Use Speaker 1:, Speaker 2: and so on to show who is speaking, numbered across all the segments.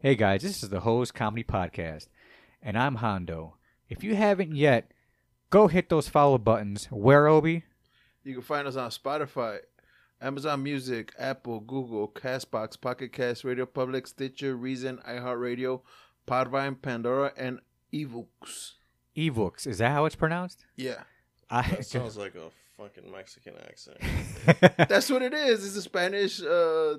Speaker 1: Hey guys, this is the Hose Comedy Podcast, and I'm Hondo. If you haven't yet, go hit those follow buttons. Where Obi?
Speaker 2: You can find us on Spotify, Amazon Music, Apple, Google, Castbox, Pocket Cast, Radio Public, Stitcher, Reason, iHeartRadio, Podvine, Pandora, and Evooks.
Speaker 1: Evooks. Is that how it's pronounced?
Speaker 2: Yeah,
Speaker 1: I
Speaker 3: That sounds like a fucking Mexican accent.
Speaker 2: that's what it is. It's a Spanish uh,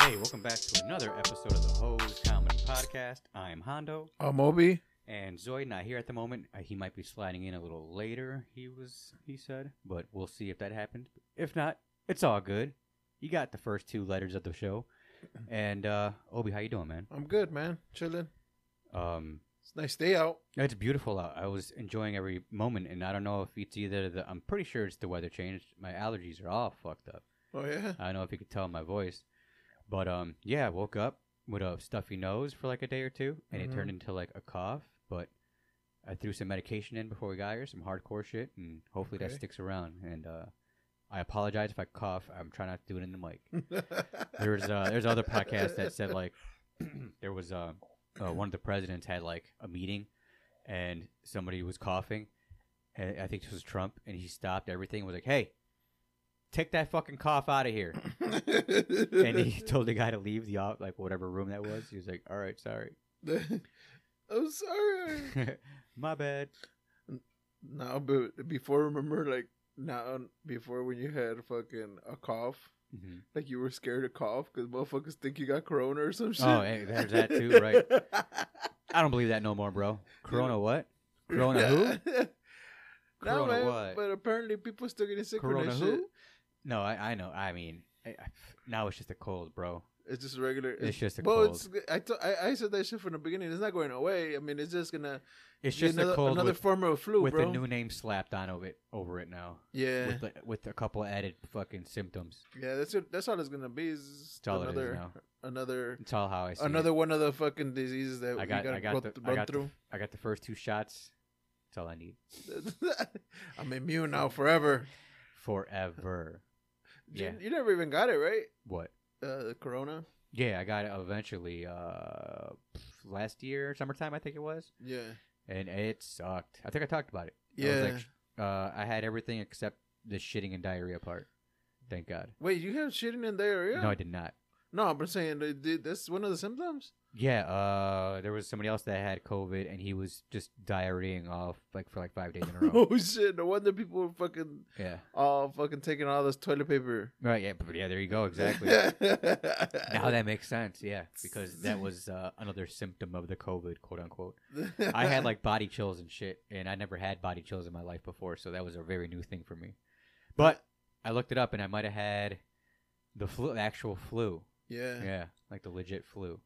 Speaker 1: Hey, welcome back to another episode of the Hose Comedy Podcast. I'm Hondo,
Speaker 2: Oh, Moby.
Speaker 1: and Zoid not here at the moment. Uh, he might be sliding in a little later. He was, he said, but we'll see if that happens. If not, it's all good. You got the first two letters of the show, and uh, Obi, how you doing, man?
Speaker 2: I'm good, man. Chilling.
Speaker 1: Um,
Speaker 2: It's a nice day out.
Speaker 1: it's beautiful out. I was enjoying every moment, and I don't know if it's either the. I'm pretty sure it's the weather change. My allergies are all fucked up.
Speaker 2: Oh yeah.
Speaker 1: I don't know if you could tell in my voice, but um, yeah, I woke up with a stuffy nose for like a day or two, and
Speaker 2: Mhm.
Speaker 1: it turned into like a cough. But I threw some medication in before we got here, some hardcore shit, and hopefully that
Speaker 2: Okay.
Speaker 1: sticks around. And uh, I apologize if I cough. I'm trying not to do it in the mic. There was uh, there's other podcasts that said like there was uh, uh, one of the presidents had like a meeting, and somebody was coughing, and I think this was Trump, and he stopped everything. and Was like, hey. Take that fucking cough out of here and he told the guy to leave the op- like whatever room that was. He was like, "All right, sorry,
Speaker 2: I'm sorry.
Speaker 1: my bad."
Speaker 2: No, but before remember like now before when you had fucking a cough,
Speaker 1: Mhm.
Speaker 2: like you were scared to cough because motherfuckers think you got corona or some shit.
Speaker 1: Oh, hey, there's that too, right? I don't believe that no more, bro. Corona what? Corona who?
Speaker 2: no,
Speaker 1: Corona
Speaker 2: man,
Speaker 1: what?
Speaker 2: But apparently people still getting sick
Speaker 1: Corona
Speaker 2: from that
Speaker 1: who?
Speaker 2: shit.
Speaker 1: No, I, I know. I mean, I, I- now it's just a cold, bro.
Speaker 2: It's just regular.
Speaker 1: It's just a
Speaker 2: well,
Speaker 1: cold.
Speaker 2: It's, I, t- I I said that shit from the beginning. It's not going away. I mean, it's just gonna.
Speaker 1: It's
Speaker 2: be
Speaker 1: just
Speaker 2: another,
Speaker 1: a cold
Speaker 2: another
Speaker 1: with,
Speaker 2: form of flu,
Speaker 1: with
Speaker 2: bro.
Speaker 1: a new name slapped on of it over it now,
Speaker 2: yeah,
Speaker 1: with the, with a couple added fucking symptoms.
Speaker 2: yeah. That's it. That's all it's gonna be. Is
Speaker 1: That's all it
Speaker 2: another
Speaker 1: is now.
Speaker 2: another
Speaker 1: It's all how I see
Speaker 2: another
Speaker 1: It.
Speaker 2: one of the fucking diseases that
Speaker 1: I
Speaker 2: we
Speaker 1: got,
Speaker 2: gotta
Speaker 1: I got,
Speaker 2: go
Speaker 1: the,
Speaker 2: th-
Speaker 1: I
Speaker 2: run
Speaker 1: got the-
Speaker 2: through.
Speaker 1: I got the first two shots. That's all I need
Speaker 2: I'm immune now forever.
Speaker 1: forever.
Speaker 2: You-
Speaker 1: Yeah.
Speaker 2: You, never even got it, right?
Speaker 1: What?
Speaker 2: Uh, the corona.
Speaker 1: Yeah, I got it eventually uh last year, summertime I think it was,
Speaker 2: Yeah.
Speaker 1: and it sucked. I think I talked about it. I
Speaker 2: Yeah.
Speaker 1: was like, sh- uh, I had everything except the shitting and diarrhea part. Thank God.
Speaker 2: Wait, you have shitting and diarrhea?
Speaker 1: No, I did not.
Speaker 2: No, but I'm saying they did- that's one of the symptoms.
Speaker 1: Yeah, uh, there was somebody else that had COVID, and he was just diarrheaing off like for like five days in a row.
Speaker 2: oh shit! No wonder people were fucking
Speaker 1: yeah,
Speaker 2: all fucking taking all this toilet paper.
Speaker 1: right. Yeah, but yeah, there you go. Exactly. now that makes sense. Yeah, because that was uh, another symptom of the COVID, quote unquote. I had like body chills and shit, and I never had body chills in my life before, so that was a very new thing for me. But I looked it up, and I might have had the flu, the actual flu.
Speaker 2: yeah, yeah.
Speaker 1: Yeah, like the legit flu,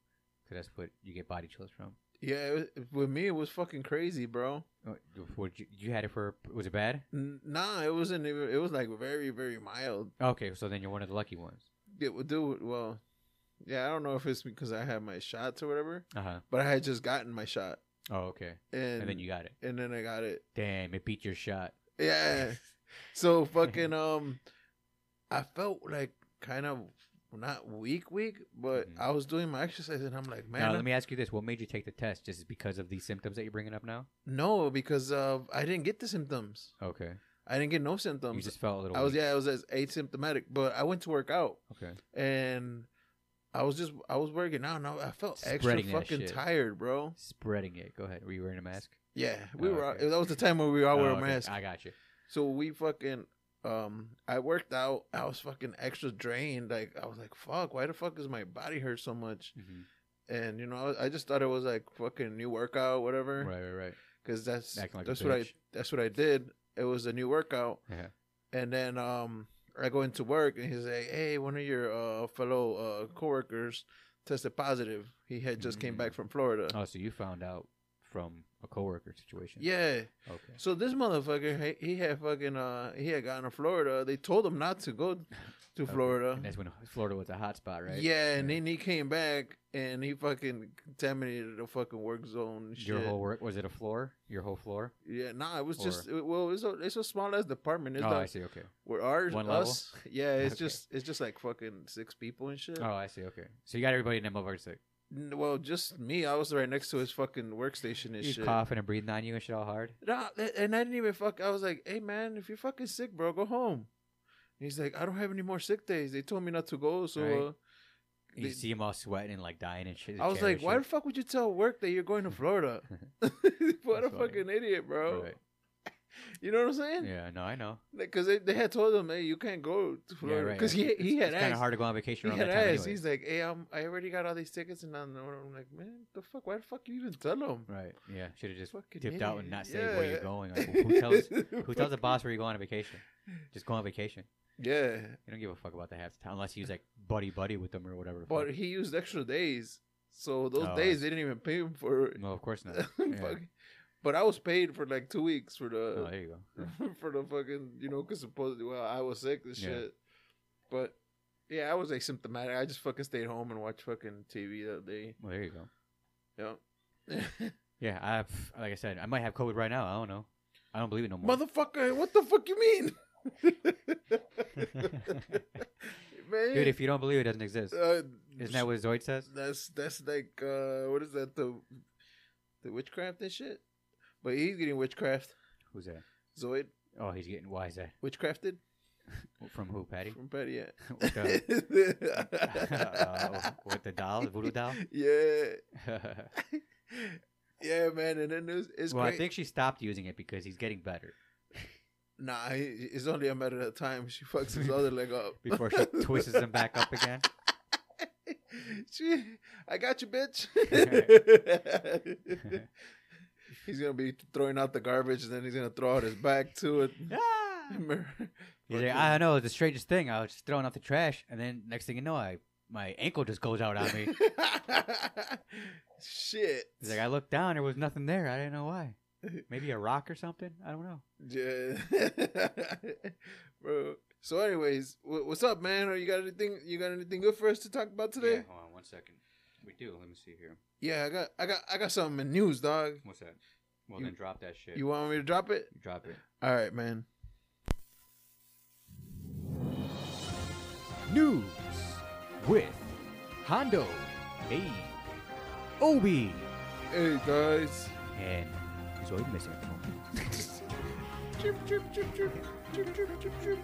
Speaker 1: because that's what you get body chills from.
Speaker 2: it was- with me, it was fucking crazy, bro.
Speaker 1: Uh, What you, you had it for? Was it bad?
Speaker 2: N- Nah, it wasn't even. It was like very, very mild.
Speaker 1: Okay, so then you're one of the lucky ones.
Speaker 2: It would do well. Yeah, I don't know if it's because I had my shots or whatever,
Speaker 1: Uh huh.
Speaker 2: but I had just gotten my shot,
Speaker 1: Oh, okay.
Speaker 2: Uh-huh. and
Speaker 1: And then you got it.
Speaker 2: and then I got it.
Speaker 1: Damn, it beat your shot.
Speaker 2: Yeah. So fucking um I felt like kind of not weak weak, but
Speaker 1: Mhm.
Speaker 2: I was doing my exercise and I'm like, man,
Speaker 1: now let me ask you this: What made you take the test? Just because of these symptoms that you're bringing up now?
Speaker 2: no, because uh I didn't get the symptoms.
Speaker 1: Okay.
Speaker 2: I didn't get no
Speaker 1: You
Speaker 2: symptoms.
Speaker 1: just felt a little.
Speaker 2: Um, I was
Speaker 1: weak.
Speaker 2: yeah, I was as asymptomatic, but I went to work out
Speaker 1: Okay. and
Speaker 2: and I was just I was working out and I, I felt
Speaker 1: Spreading that
Speaker 2: extra fucking
Speaker 1: shit.
Speaker 2: tired, bro.
Speaker 1: Spreading it. Go ahead. Were you wearing a mask?
Speaker 2: Yeah, we
Speaker 1: Oh,
Speaker 2: were
Speaker 1: okay.
Speaker 2: out, that was the time where we all
Speaker 1: Oh,
Speaker 2: wore
Speaker 1: okay.
Speaker 2: masks.
Speaker 1: I got you.
Speaker 2: So we fucking um I worked out. I was fucking extra drained. Like I was like, fuck, why the fuck does my body hurt so much?
Speaker 1: Mm-hmm.
Speaker 2: And you know, I, I just thought it was like fucking new workout, whatever.
Speaker 1: Right, right, right.
Speaker 2: Because that's
Speaker 1: Acting like a
Speaker 2: that's what I
Speaker 1: bitch.
Speaker 2: that's what I did. It was a new workout.
Speaker 1: Yeah.
Speaker 2: And then um, I go into work and he's like, "Hey, one of your uh, fellow uh, coworkers tested positive. He had just came
Speaker 1: Mm.
Speaker 2: back from Florida."
Speaker 1: Oh, so you found out from a coworker situation.
Speaker 2: Yeah.
Speaker 1: Okay.
Speaker 2: So this motherfucker, he, he had fucking uh, he had gone to Florida. They told him not to go to
Speaker 1: Okay.
Speaker 2: Florida.
Speaker 1: And that's when Florida was a hot spot, right?
Speaker 2: Yeah, and then he came back and he fucking contaminated the fucking work zone. and Shit.
Speaker 1: Your whole work was it a floor? Your whole floor?
Speaker 2: yeah, nah, it was just it- well, it's a it's a small ass department. It's
Speaker 1: oh, I
Speaker 2: not
Speaker 1: see. Okay.
Speaker 2: where ours,
Speaker 1: One level?
Speaker 2: us. Yeah, it's
Speaker 1: Okay.
Speaker 2: just it's just like fucking six people and shit.
Speaker 1: Oh, I see. Okay. So you got everybody in that motherfucker sick.
Speaker 2: N- Well, just me. I was right next to his fucking workstation and
Speaker 1: He's
Speaker 2: shit.
Speaker 1: coughing and breathing on you and shit all hard.
Speaker 2: Nah, a- and I didn't even fuck. I was like, "Hey man, if you're fucking sick, bro, go home." And he's like, "I don't have any more sick days. They told me not to go." So
Speaker 1: Right.
Speaker 2: uh,
Speaker 1: You
Speaker 2: They-
Speaker 1: see him all sweating and like dying and shit.
Speaker 2: I was
Speaker 1: chair
Speaker 2: like,
Speaker 1: and
Speaker 2: "Why the
Speaker 1: shit.
Speaker 2: fuck would you tell work that you're going to Florida?" what a
Speaker 1: That's funny.
Speaker 2: fucking idiot, bro.
Speaker 1: Right.
Speaker 2: You know what I'm saying?
Speaker 1: Yeah, no, I know.
Speaker 2: Because they, they had told him, "Hey, you can't go to Florida."
Speaker 1: right.
Speaker 2: Because he he had
Speaker 1: it's kind of
Speaker 2: asked.
Speaker 1: hard to go on vacation
Speaker 2: He
Speaker 1: around
Speaker 2: had
Speaker 1: that time.
Speaker 2: asked.
Speaker 1: anyway.
Speaker 2: He's like, "Hey, I'm, I already got all these tickets, and I know." I'm like, "Man, the fuck? Why the fuck you even tell him?"
Speaker 1: Right. Yeah. Should have just
Speaker 2: Fucking
Speaker 1: dipped out and
Speaker 2: idiot.
Speaker 1: not say where you're
Speaker 2: Yeah.
Speaker 1: going. Like, who tells who tells the boss where you go on a vacation? Just go on vacation.
Speaker 2: Yeah,
Speaker 1: You don't give a fuck about the half the time unless he's like buddy buddy with them or whatever. the
Speaker 2: but
Speaker 1: fuck.
Speaker 2: he used extra days, so those
Speaker 1: Oh,
Speaker 2: days they didn't even pay him for. it.
Speaker 1: no, of course not. Yeah.
Speaker 2: Fuck. But I was paid for like two weeks for
Speaker 1: Oh,
Speaker 2: the
Speaker 1: there you go. Yeah.
Speaker 2: for the fucking you know because supposedly well I was sick and
Speaker 1: Yeah.
Speaker 2: shit, but yeah I was asymptomatic. I just fucking stayed home and watched fucking TV that day.
Speaker 1: Well, there you go.
Speaker 2: Yeah.
Speaker 1: Yeah, I have, like I said, I might have COVID right now. I don't know. I don't believe it no more.
Speaker 2: Motherfucker, what the fuck you mean? Man.
Speaker 1: Dude, if you don't believe it, it doesn't exist.
Speaker 2: uh,
Speaker 1: Isn't that what Zoid says?
Speaker 2: that's that's like uh what is that the the witchcraft and shit? But he's getting witchcraft.
Speaker 1: Who's that?
Speaker 2: Zoid
Speaker 1: Oh, he's getting why is that?
Speaker 2: witchcrafted
Speaker 1: From who, Patty?
Speaker 2: from Patty. Yeah.
Speaker 1: with, the, uh, with the doll, the voodoo doll.
Speaker 2: yeah.
Speaker 1: well,
Speaker 2: Yeah, man, and then it's, it's
Speaker 1: I
Speaker 2: great.
Speaker 1: think she stopped using it because he's getting better.
Speaker 2: nah, he- it's only a matter of time. She fucks his other leg up.
Speaker 1: Before she twists him back up again.
Speaker 2: She, I got you, bitch. he's gonna be throwing out the garbage, and then he's gonna throw out his back to it.
Speaker 1: Ah! He's like, I know it's the strangest thing. I was just throwing out the trash, and then next thing you know, I my ankle just goes out on me.
Speaker 2: Shit.
Speaker 1: He's like, I looked down, there was nothing there. I didn't know why. Maybe a rock or something. I don't know.
Speaker 2: Yeah. Bro. So, anyways, wh- what's up, man? Or you got anything? You got anything good for us to talk about today?
Speaker 1: hold on one second. We do. Let me see here.
Speaker 2: Yeah, I got, I got, I got something in news, dog.
Speaker 1: What's that? Well,
Speaker 2: You-
Speaker 1: then drop that shit.
Speaker 2: You want me to drop it?
Speaker 1: drop it.
Speaker 2: All right, man.
Speaker 1: News with Hondo, Hey, Obi,
Speaker 2: Hey guys.
Speaker 1: and Zoid missing at the moment.
Speaker 2: Chirp, chirp, chirp, chirp, chirp, chirp, chirp, chirp.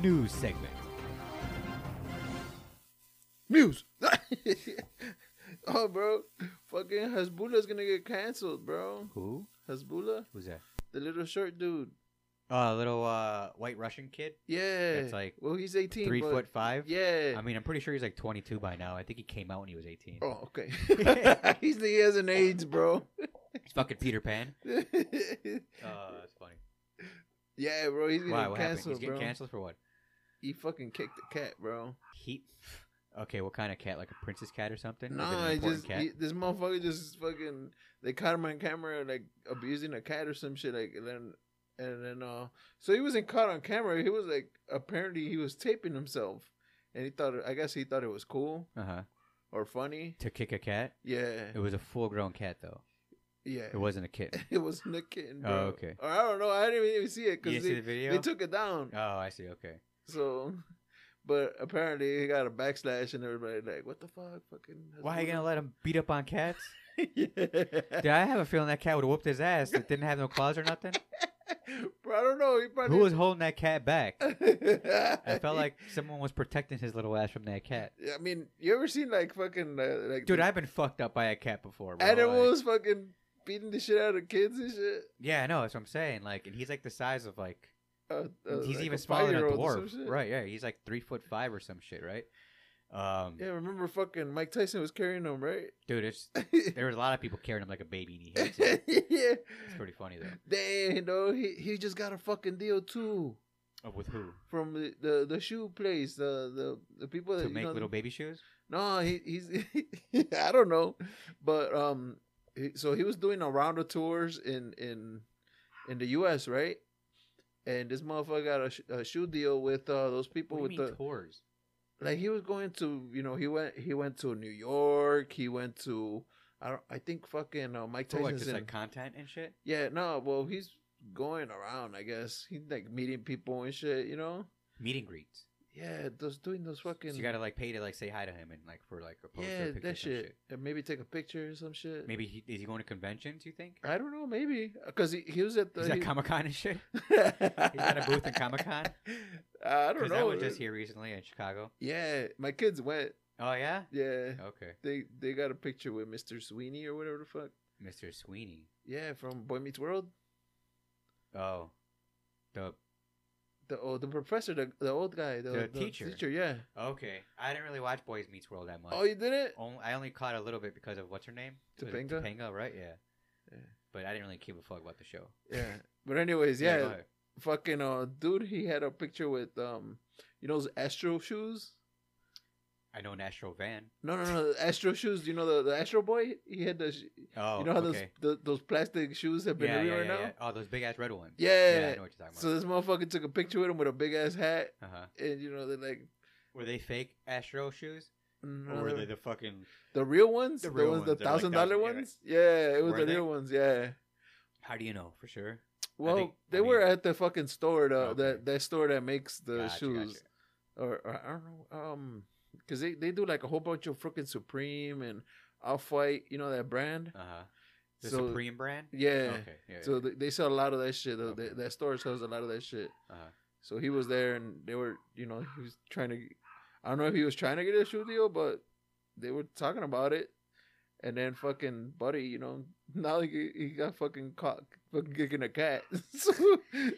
Speaker 1: News segment.
Speaker 2: Muse. oh, bro. Fucking Hasbullah's gonna get canceled, bro.
Speaker 1: Who?
Speaker 2: Hasbullah,
Speaker 1: Who's that?
Speaker 2: the little short dude.
Speaker 1: Uh, little uh, white Russian kid,
Speaker 2: Yeah.
Speaker 1: That's like
Speaker 2: well, he's eighteen.
Speaker 1: three
Speaker 2: but-
Speaker 1: foot five.
Speaker 2: Yeah.
Speaker 1: I mean, I'm pretty sure he's like 22 by now. I think he came out when he was 18.
Speaker 2: Oh, okay. he's he has an AIDS, bro.
Speaker 1: It's fucking Peter Pan.
Speaker 2: yeah,
Speaker 1: Oh, that's funny.
Speaker 2: bro. He's getting
Speaker 1: Why? What happened?
Speaker 2: canceled,
Speaker 1: He's getting
Speaker 2: bro.
Speaker 1: canceled for what?
Speaker 2: He fucking kicked the cat, bro.
Speaker 1: He. Okay, what kind of cat? Like a princess cat or something? Was it an
Speaker 2: Nah, he
Speaker 1: important
Speaker 2: just he, this motherfucker just fucking they caught him on camera like abusing a cat or some shit like and then and then uh so he wasn't caught on camera. He was like apparently he was taping himself and he thought I guess he thought it was cool
Speaker 1: Uh-huh.
Speaker 2: or funny.
Speaker 1: To kick a cat?
Speaker 2: Yeah,
Speaker 1: It was a full-grown cat, though.
Speaker 2: yeah.
Speaker 1: It wasn't a kitten.
Speaker 2: It was Nick Kitten.
Speaker 1: Oh,
Speaker 2: Bro.
Speaker 1: okay.
Speaker 2: Or I don't know. I didn't even see it
Speaker 1: You
Speaker 2: because
Speaker 1: didn't see
Speaker 2: they,
Speaker 1: the video?
Speaker 2: they took it down.
Speaker 1: oh, I see. Okay.
Speaker 2: So, but apparently he got a backslash and everybody like, what the fuck, fucking.
Speaker 1: Why are you gonna let him beat up on cats?
Speaker 2: yeah.
Speaker 1: Dude, I have a feeling that cat would have whooped his ass. It didn't have no claws or nothing.
Speaker 2: Bro, I don't know. He probably
Speaker 1: Who was holding that cat back? I
Speaker 2: I
Speaker 1: felt like someone was protecting his little ass from that cat.
Speaker 2: I mean, you ever seen like fucking uh, like
Speaker 1: Dude,
Speaker 2: the
Speaker 1: I've been fucked up by a cat before. Bro. Like,
Speaker 2: animals fucking beating the shit out of kids and shit.
Speaker 1: yeah, I know. That's what I'm saying. Like, and he's like the size of like
Speaker 2: Uh, uh,
Speaker 1: he's
Speaker 2: like
Speaker 1: even
Speaker 2: a
Speaker 1: smaller than a
Speaker 2: five-year-old or some
Speaker 1: dwarf,
Speaker 2: shit.
Speaker 1: right? Yeah, he's like three foot five or some shit, right? Um,
Speaker 2: Yeah, remember fucking Mike Tyson was carrying him, right?
Speaker 1: Dude, it's there was a lot of people carrying him like a baby, and he hates it.
Speaker 2: yeah.
Speaker 1: It's pretty funny though.
Speaker 2: Damn, though he he just got a fucking deal too
Speaker 1: Oh, with who?
Speaker 2: from the the, the shoe place, the the the people that
Speaker 1: To
Speaker 2: you
Speaker 1: make
Speaker 2: know-
Speaker 1: little baby shoes?
Speaker 2: No, he, he's I don't know, but um, he, so he was doing a round of tours in in in the U.S. right, and this motherfucker got a, sh- a shoe deal with uh, those people
Speaker 1: What do
Speaker 2: with
Speaker 1: you mean
Speaker 2: the
Speaker 1: tours?
Speaker 2: like he was going to you know he went he went to New York, he went to I don't I think fucking uh, Mike
Speaker 1: So like
Speaker 2: Tyson's
Speaker 1: just
Speaker 2: in,
Speaker 1: like content and shit.
Speaker 2: yeah no well he's going around I guess he's like meeting people and shit you know
Speaker 1: Meet and greets.
Speaker 2: yeah just doing those fucking
Speaker 1: So you gotta like pay to like say hi to him and like for like a poster
Speaker 2: yeah
Speaker 1: picture
Speaker 2: that
Speaker 1: some
Speaker 2: shit. and maybe take a picture or some shit
Speaker 1: Maybe he, is he going to conventions? You think?
Speaker 2: I don't know, maybe because he, he was at the.
Speaker 1: He's at
Speaker 2: he-
Speaker 1: Comic Con and shit.
Speaker 2: he's
Speaker 1: He's at a booth at Comic Con.
Speaker 2: I don't
Speaker 1: Because
Speaker 2: know.
Speaker 1: I was just here recently in Chicago.
Speaker 2: Yeah, my kids went.
Speaker 1: Oh yeah.
Speaker 2: Yeah,
Speaker 1: Okay,
Speaker 2: they they got a picture with Mr. Sweeney or whatever the fuck.
Speaker 1: Mr. Sweeney.
Speaker 2: Yeah, from Boy Meets World.
Speaker 1: Oh, the
Speaker 2: The oh, the professor, the, the old guy, the,
Speaker 1: The teacher.
Speaker 2: Teacher, yeah.
Speaker 1: okay. I didn't really watch Boys Meets World that much.
Speaker 2: Oh, you did it.
Speaker 1: Only, I only caught a little bit because of what's her name? Was it
Speaker 2: Topanga?
Speaker 1: Topanga, right? Yeah.
Speaker 2: Yeah.
Speaker 1: But I didn't really give a fuck about the show.
Speaker 2: Yeah. But anyways, yeah,
Speaker 1: go ahead.
Speaker 2: fucking uh, dude, he had a picture with um, you know, those Astro shoes.
Speaker 1: I know an Astro Van.
Speaker 2: No, no, no, the Astro shoes. You know the, the Astro Boy. He had the, sh-
Speaker 1: Oh,
Speaker 2: you know how
Speaker 1: okay.
Speaker 2: those the, those plastic shoes have been
Speaker 1: yeah, yeah,
Speaker 2: everywhere
Speaker 1: yeah,
Speaker 2: now.
Speaker 1: yeah. Oh, those big ass red ones.
Speaker 2: Yeah.
Speaker 1: I know what you're talking about.
Speaker 2: So this motherfucker took a picture with him with a big ass hat,
Speaker 1: uh-huh.
Speaker 2: and you know they're like
Speaker 1: Were they fake Astro shoes?
Speaker 2: mm,
Speaker 1: Or were
Speaker 2: the,
Speaker 1: they the fucking.
Speaker 2: real ones,
Speaker 1: the
Speaker 2: the,
Speaker 1: real
Speaker 2: ones, the
Speaker 3: ones, they're like
Speaker 2: thousand dollar
Speaker 3: $1,000,
Speaker 2: ones. Yeah, it was
Speaker 1: Were
Speaker 2: the
Speaker 1: they?
Speaker 2: real ones. Yeah.
Speaker 1: How do you know for sure?
Speaker 2: Well,
Speaker 1: think-
Speaker 2: they
Speaker 1: I mean-
Speaker 2: were at the fucking store, the,
Speaker 1: Okay.
Speaker 2: that that store that makes the
Speaker 1: Gotcha,
Speaker 2: shoes,
Speaker 1: gotcha.
Speaker 2: Or, or I don't know, um, because they they do like a whole bunch of freaking Supreme and Off White, you know that brand.
Speaker 1: Uh huh. The
Speaker 2: So-
Speaker 1: Supreme brand?
Speaker 2: Yeah.
Speaker 1: Okay. Yeah.
Speaker 2: So they, they sell a lot of that shit. though.
Speaker 1: Okay.
Speaker 2: That- that store sells a lot of that shit.
Speaker 1: uh-huh.
Speaker 2: So he was there, and they were, you know, he was trying to. I don't know if he was trying to get a shoe deal, but they were talking about it. And then fucking buddy, you know, now he, he got fucking caught fucking kicking a cat. so,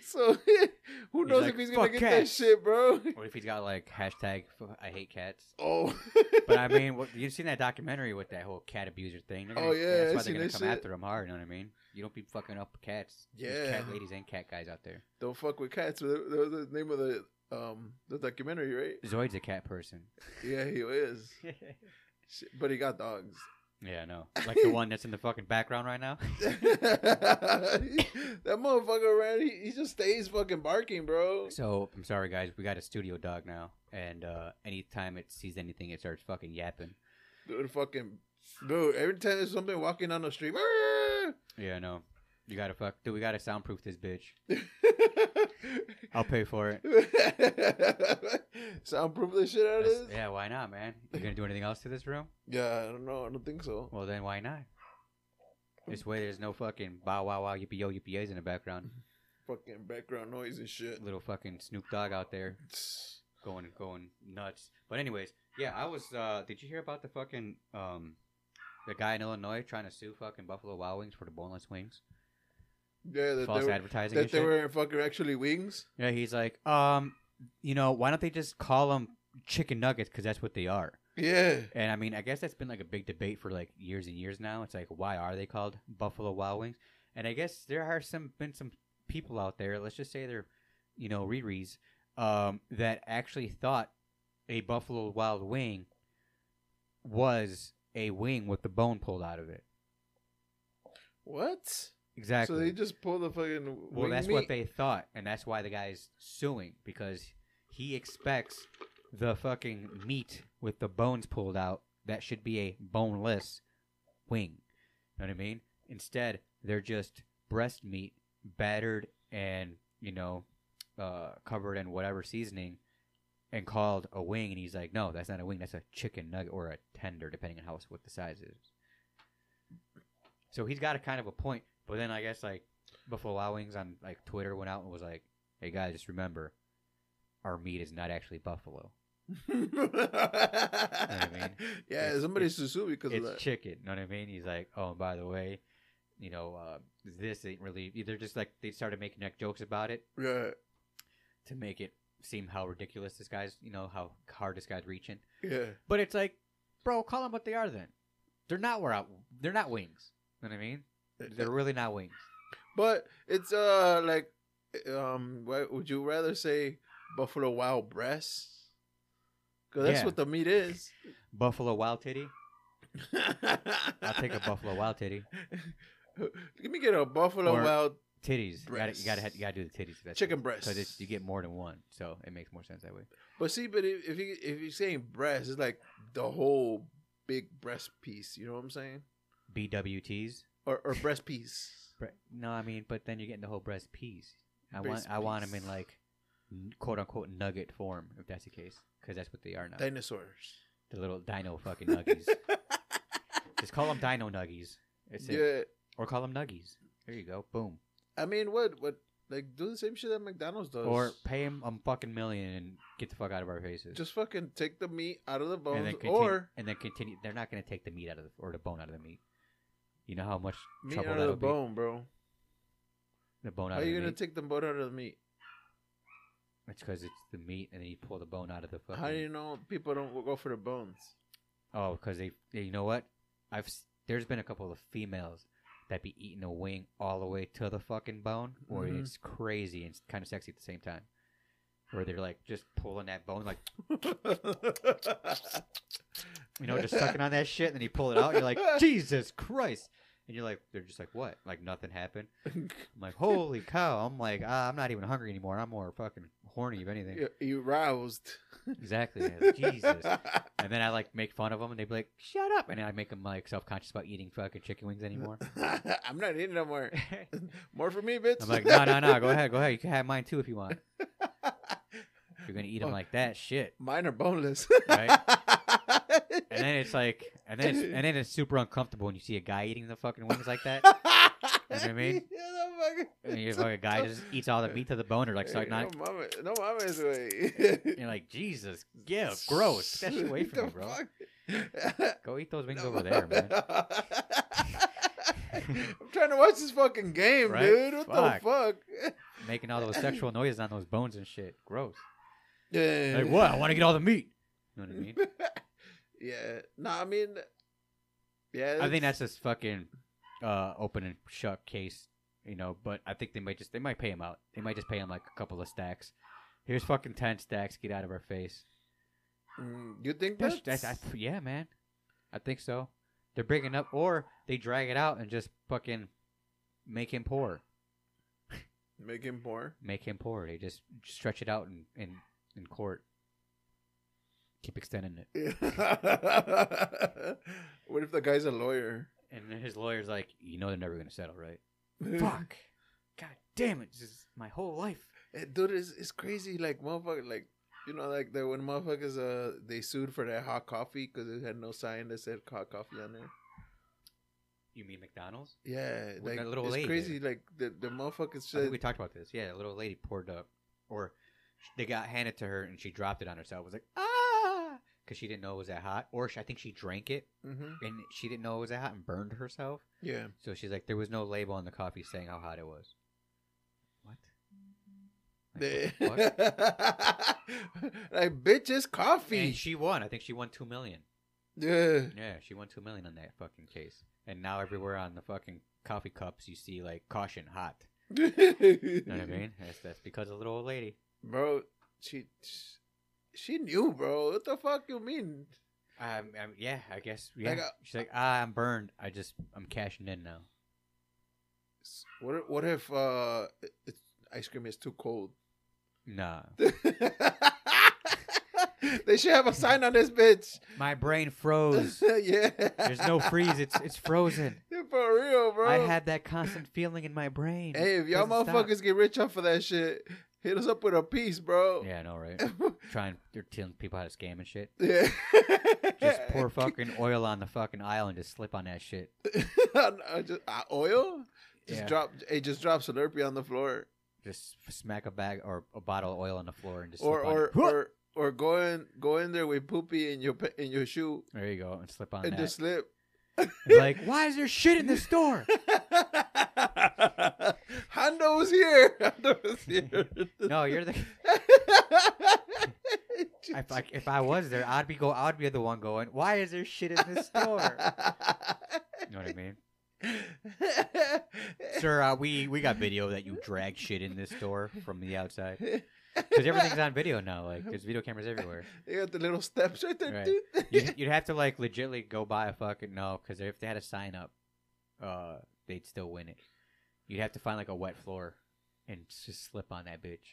Speaker 2: so who
Speaker 1: He's
Speaker 2: knows
Speaker 1: like,
Speaker 2: if he's gonna
Speaker 1: "Fuck
Speaker 2: get that
Speaker 1: cats."
Speaker 2: shit, bro?
Speaker 1: What if he's got like hashtag f- I hate cats?
Speaker 2: Oh,
Speaker 1: But I mean, what, you've seen that documentary with that whole cat abuser thing. They're
Speaker 2: Oh, yeah,
Speaker 1: that's
Speaker 2: I
Speaker 1: why
Speaker 2: seen
Speaker 1: they're gonna
Speaker 2: that
Speaker 1: come
Speaker 2: shit.
Speaker 1: after them hard. You know what I mean? You don't be fucking up cats. There's
Speaker 2: Yeah.
Speaker 1: cat ladies and cat guys out there.
Speaker 2: don't fuck with cats. That that was the name of the um the documentary, right?
Speaker 1: Zoid's a cat person.
Speaker 2: Yeah, he is. Shit, But he got dogs.
Speaker 1: yeah, I know. Like the one that's in the fucking background right now.
Speaker 2: that motherfucker ran. He, he just stays fucking barking, bro.
Speaker 1: So I'm sorry, guys. We got a studio dog now, and uh, anytime it sees anything, it starts fucking yapping.
Speaker 2: Dude, fucking, dude. Every time there's something walking on the street, "Arr!"
Speaker 1: Yeah, I know. You gotta fuck, dude. We gotta soundproof this bitch. I'll pay for it.
Speaker 2: soundproof the shit out of
Speaker 1: That's-
Speaker 2: this. Yeah.
Speaker 1: yeah, why not, man? You gonna do anything else to this room?
Speaker 2: I don't know. I don't think so.
Speaker 1: Well, then why not? This way, there's no fucking bow wow wow yippee yo yippee yays in the background.
Speaker 2: Fucking background noise and shit.
Speaker 1: Little fucking Snoop Dogg out there going going nuts. But anyways, yeah, I was. uh Did you hear about the fucking um the guy in Illinois trying to sue fucking Buffalo Wild Wings for the boneless wings?
Speaker 2: Yeah, that
Speaker 1: False
Speaker 2: they were,
Speaker 1: advertising. and
Speaker 2: that they
Speaker 1: shit?
Speaker 2: were fucking actually wings.
Speaker 1: Yeah, he's like, um, you know, why don't they just call them chicken nuggets because that's what they are.
Speaker 2: Yeah,
Speaker 1: And I mean, I guess that's been like a big debate for like years and years now. It's like, why are they called Buffalo Wild Wings? And I guess there are some been some people out there. Let's just say they're, you know, Riri's, um, that actually thought a Buffalo Wild Wing was a wing with the bone pulled out of it.
Speaker 2: what?
Speaker 1: Exactly.
Speaker 2: So they just pull the fucking.
Speaker 1: Well,
Speaker 2: wing
Speaker 1: that's what
Speaker 2: meat?
Speaker 1: they thought, and that's why the guy's suing because he expects the fucking meat with the bones pulled out. That should be a boneless wing. You know what I mean? Instead, they're just breast meat, battered and you know, uh, covered in whatever seasoning, and called a wing. And he's like, "No, that's not a wing. That's a chicken nugget or a tender, depending on how what the size is." So he's got a kind of a point. But then I guess like Buffalo Wild Wings on like Twitter went out and was like, "Hey guys, just remember, our meat is not actually buffalo. I mean?
Speaker 2: Yeah,
Speaker 1: It's-
Speaker 2: somebody
Speaker 1: it's-
Speaker 2: should sue because of
Speaker 1: It's
Speaker 2: that.
Speaker 1: chicken." You know what I mean? He's like, "Oh, and by the way, you know, uh, this ain't really." They're just like they started making like jokes about it
Speaker 2: yeah,
Speaker 1: to make it seem how ridiculous this guy's, you know, how hard this guy's reaching.
Speaker 2: Yeah.
Speaker 1: But it's like, bro, call them what they are. Then they're not we're out. They're not wings. You know what I mean?
Speaker 2: Uh,
Speaker 1: They're really not wings.
Speaker 2: But it's uh like um why- would you rather say buffalo wild breasts? Cuz that's
Speaker 1: Yeah.
Speaker 2: what the meat is.
Speaker 1: Buffalo wild titty. I'll
Speaker 2: I'll
Speaker 1: take a buffalo wild titty.
Speaker 2: Let me get a buffalo
Speaker 1: Or-
Speaker 2: wild
Speaker 1: Titties. You gotta, you gotta, have, you gotta do the titties. That's
Speaker 2: chicken breast.
Speaker 1: Because you get more than one, so it makes more sense that way.
Speaker 2: But see, but if if, you, if you're saying breast, it's like the whole big breast piece. You know what I'm saying?
Speaker 1: BWTs.
Speaker 2: Or or breast piece.
Speaker 1: Bre- No, I mean, but then you're getting the whole breast piece. I
Speaker 2: Breast
Speaker 1: want, I want them
Speaker 2: piece.
Speaker 1: in like n- quote unquote nugget form, if that's the case, because that's what they are now.
Speaker 2: Dinosaurs.
Speaker 1: the little dino fucking nuggies. Just call them dino nuggies. It's it.
Speaker 2: Yeah.
Speaker 1: Or call them nuggies. There you go. Boom.
Speaker 2: I mean, what what like do the same shit that McDonald's does.
Speaker 1: Or pay them a fucking million and get the fuck out of our faces.
Speaker 2: just fucking take the meat out of the
Speaker 1: and
Speaker 2: bones
Speaker 1: then continue,
Speaker 2: or
Speaker 1: and then continue. They're not going to take the meat out of the or the bone out of the meat. You know how much
Speaker 2: meat
Speaker 1: trouble
Speaker 2: out
Speaker 1: that
Speaker 2: of the
Speaker 1: would be.
Speaker 2: bone, bro.
Speaker 1: The bone
Speaker 2: How
Speaker 1: out
Speaker 2: are
Speaker 1: of
Speaker 2: you
Speaker 1: the
Speaker 2: gonna
Speaker 1: meat.
Speaker 2: take the bone out of the meat?
Speaker 1: It's because it's the meat, and then you pull the bone out of the fucking.
Speaker 2: How do you know people don't go for the bones?
Speaker 1: Oh, because they, they- you know what? I've s- there's been a couple of females that be eating a wing all the way to the fucking bone, where
Speaker 2: Mhm.
Speaker 1: it's crazy and kind of sexy at the same time. Where they're like just pulling that bone, like you know, just sucking on that shit, and then you pull it out, and you're like, Jesus Christ, and you're like, they're just like, what? Like nothing happened. I'm like, holy cow! I'm like, ah, I'm not even hungry anymore. I'm more fucking horny, if anything.
Speaker 2: You- you roused.
Speaker 1: Exactly. Like, Jesus. And then I like make fun of them, and they be like, "Shut up!" And I make them like self conscious about eating fucking chicken wings anymore.
Speaker 2: I'm not eating no more.
Speaker 1: I'm
Speaker 2: More for me, bitch.
Speaker 1: like, "No, no, no! Go ahead, go ahead. You can have mine too if you want. If you're gonna eat them like that, shit."
Speaker 2: Mine are boneless.
Speaker 1: Right? And then it's like, and then it's, and then it's super uncomfortable when you see a guy eating the fucking wings like that, I mean? and you're like, a guy just eats all the meat to the bone, or like starting on. it.
Speaker 2: No mama, no mama is way.
Speaker 1: You're like, Jesus, yeah, gross. Get that shit away from me, bro. Go eat those wings over there, man.
Speaker 2: I'm trying to watch this fucking game,
Speaker 1: Right?
Speaker 2: dude. What
Speaker 1: Fuck.
Speaker 2: the fuck?
Speaker 1: Making all those sexual noises on those bones and shit, gross.
Speaker 2: Yeah.
Speaker 1: Like what? I want to get all the meat. You know what I mean?
Speaker 2: Yeah. No, I mean, yeah.
Speaker 1: I think that's just fucking uh, open and shut case, you know. But I think they might just they might pay him out. They might just pay him like a couple of stacks. Here's fucking ten stacks. Get out of our face.
Speaker 2: Mm, you think
Speaker 1: That's,
Speaker 2: that's,
Speaker 1: that's, I- yeah, man. I think so. They're bringing up, or they drag it out and just fucking make him poor.
Speaker 2: make him more?
Speaker 1: Make him poor. They just stretch it out in in, in court. Keep extending it,
Speaker 2: what if the guy's a lawyer?
Speaker 1: and then his lawyer's like, "You know they're never gonna settle, right?" Fuck. God damn it! This is my whole life.
Speaker 2: Eh, dude, it's, it's crazy. Like motherfucker, like you know, like that when motherfuckers uh they sued for their hot coffee because it had no sign that said hot coffee on there.
Speaker 1: You mean McDonald's?
Speaker 2: Yeah,
Speaker 1: With
Speaker 2: like
Speaker 1: that little
Speaker 2: it's
Speaker 1: lady.
Speaker 2: crazy. Like the the motherfuckers
Speaker 1: I think
Speaker 2: said,
Speaker 1: we talked about this. Yeah, a little lady poured up, or sh- they got handed to her and she dropped it on herself. was like ah, because she didn't know it was that hot, or she, I think she drank it
Speaker 2: Mhm.
Speaker 1: and she didn't know it was that hot and burned herself.
Speaker 2: yeah,
Speaker 1: So she's like, there was no label on the coffee saying how hot it was. What?
Speaker 2: they-
Speaker 1: Like, what the fuck?
Speaker 2: like bitch, it's
Speaker 1: and
Speaker 2: coffee.
Speaker 1: she won. I think she won two million.
Speaker 2: Yeah,
Speaker 1: Yeah, she won two million on that fucking case. And now everywhere on the fucking coffee cups, you see like caution hot. You know what I
Speaker 2: Mm-hmm.
Speaker 1: mean? That's, that's because of little old lady.
Speaker 2: bro? She she knew, bro. What the fuck you mean?
Speaker 1: Um, um, yeah, I guess. Yeah.
Speaker 2: uh,
Speaker 1: She's like, ah, I'm burned. I just, I'm cashing in now.
Speaker 2: What if- what if uh it, it's- ice cream is too cold?
Speaker 1: Nah.
Speaker 2: they should have a sign on this bitch.
Speaker 1: My brain froze.
Speaker 2: yeah.
Speaker 1: There's no freeze. It's it's frozen.
Speaker 2: For real, bro.
Speaker 1: I had that constant feeling in my brain.
Speaker 2: Hey, if y'all
Speaker 1: Doesn't
Speaker 2: motherfuckers get rich off of that shit, hit us up with a piece, bro.
Speaker 1: Stop. Yeah, I know, right? Trying, they're telling people how to scam and shit.
Speaker 2: Yeah.
Speaker 1: Just pour fucking oil on the fucking aisle and just slip on that shit.
Speaker 2: I just, uh, oil. Just
Speaker 1: Yeah.
Speaker 2: drop. Hey, just drop Slurpee on the floor,
Speaker 1: Just smack a bag or a bottle of oil on the floor and just
Speaker 2: or
Speaker 1: slip on
Speaker 2: or
Speaker 1: it.
Speaker 2: or or go in go in there with poopy in your pa- in your shoe
Speaker 1: there you go and slip on
Speaker 2: and
Speaker 1: that.
Speaker 2: just slip.
Speaker 1: It's like, why is there shit in the store?
Speaker 2: How Ando was here. Ando was here.
Speaker 1: No, you're the. If I, if I was there, I'd be go. I'd be the one going. Why is there shit in this store? You know what I mean, sir? Uh, we we got video that you dragged shit in this store from the outside because everything's on video now. Like there's video cameras everywhere.
Speaker 2: They got the little steps right there,
Speaker 1: Right.
Speaker 2: dude.
Speaker 1: You, you'd have to like legitly go buy a fucking no because if they had a sign up, uh, they'd still win it. You'd have to find like a wet floor and just slip on that bitch.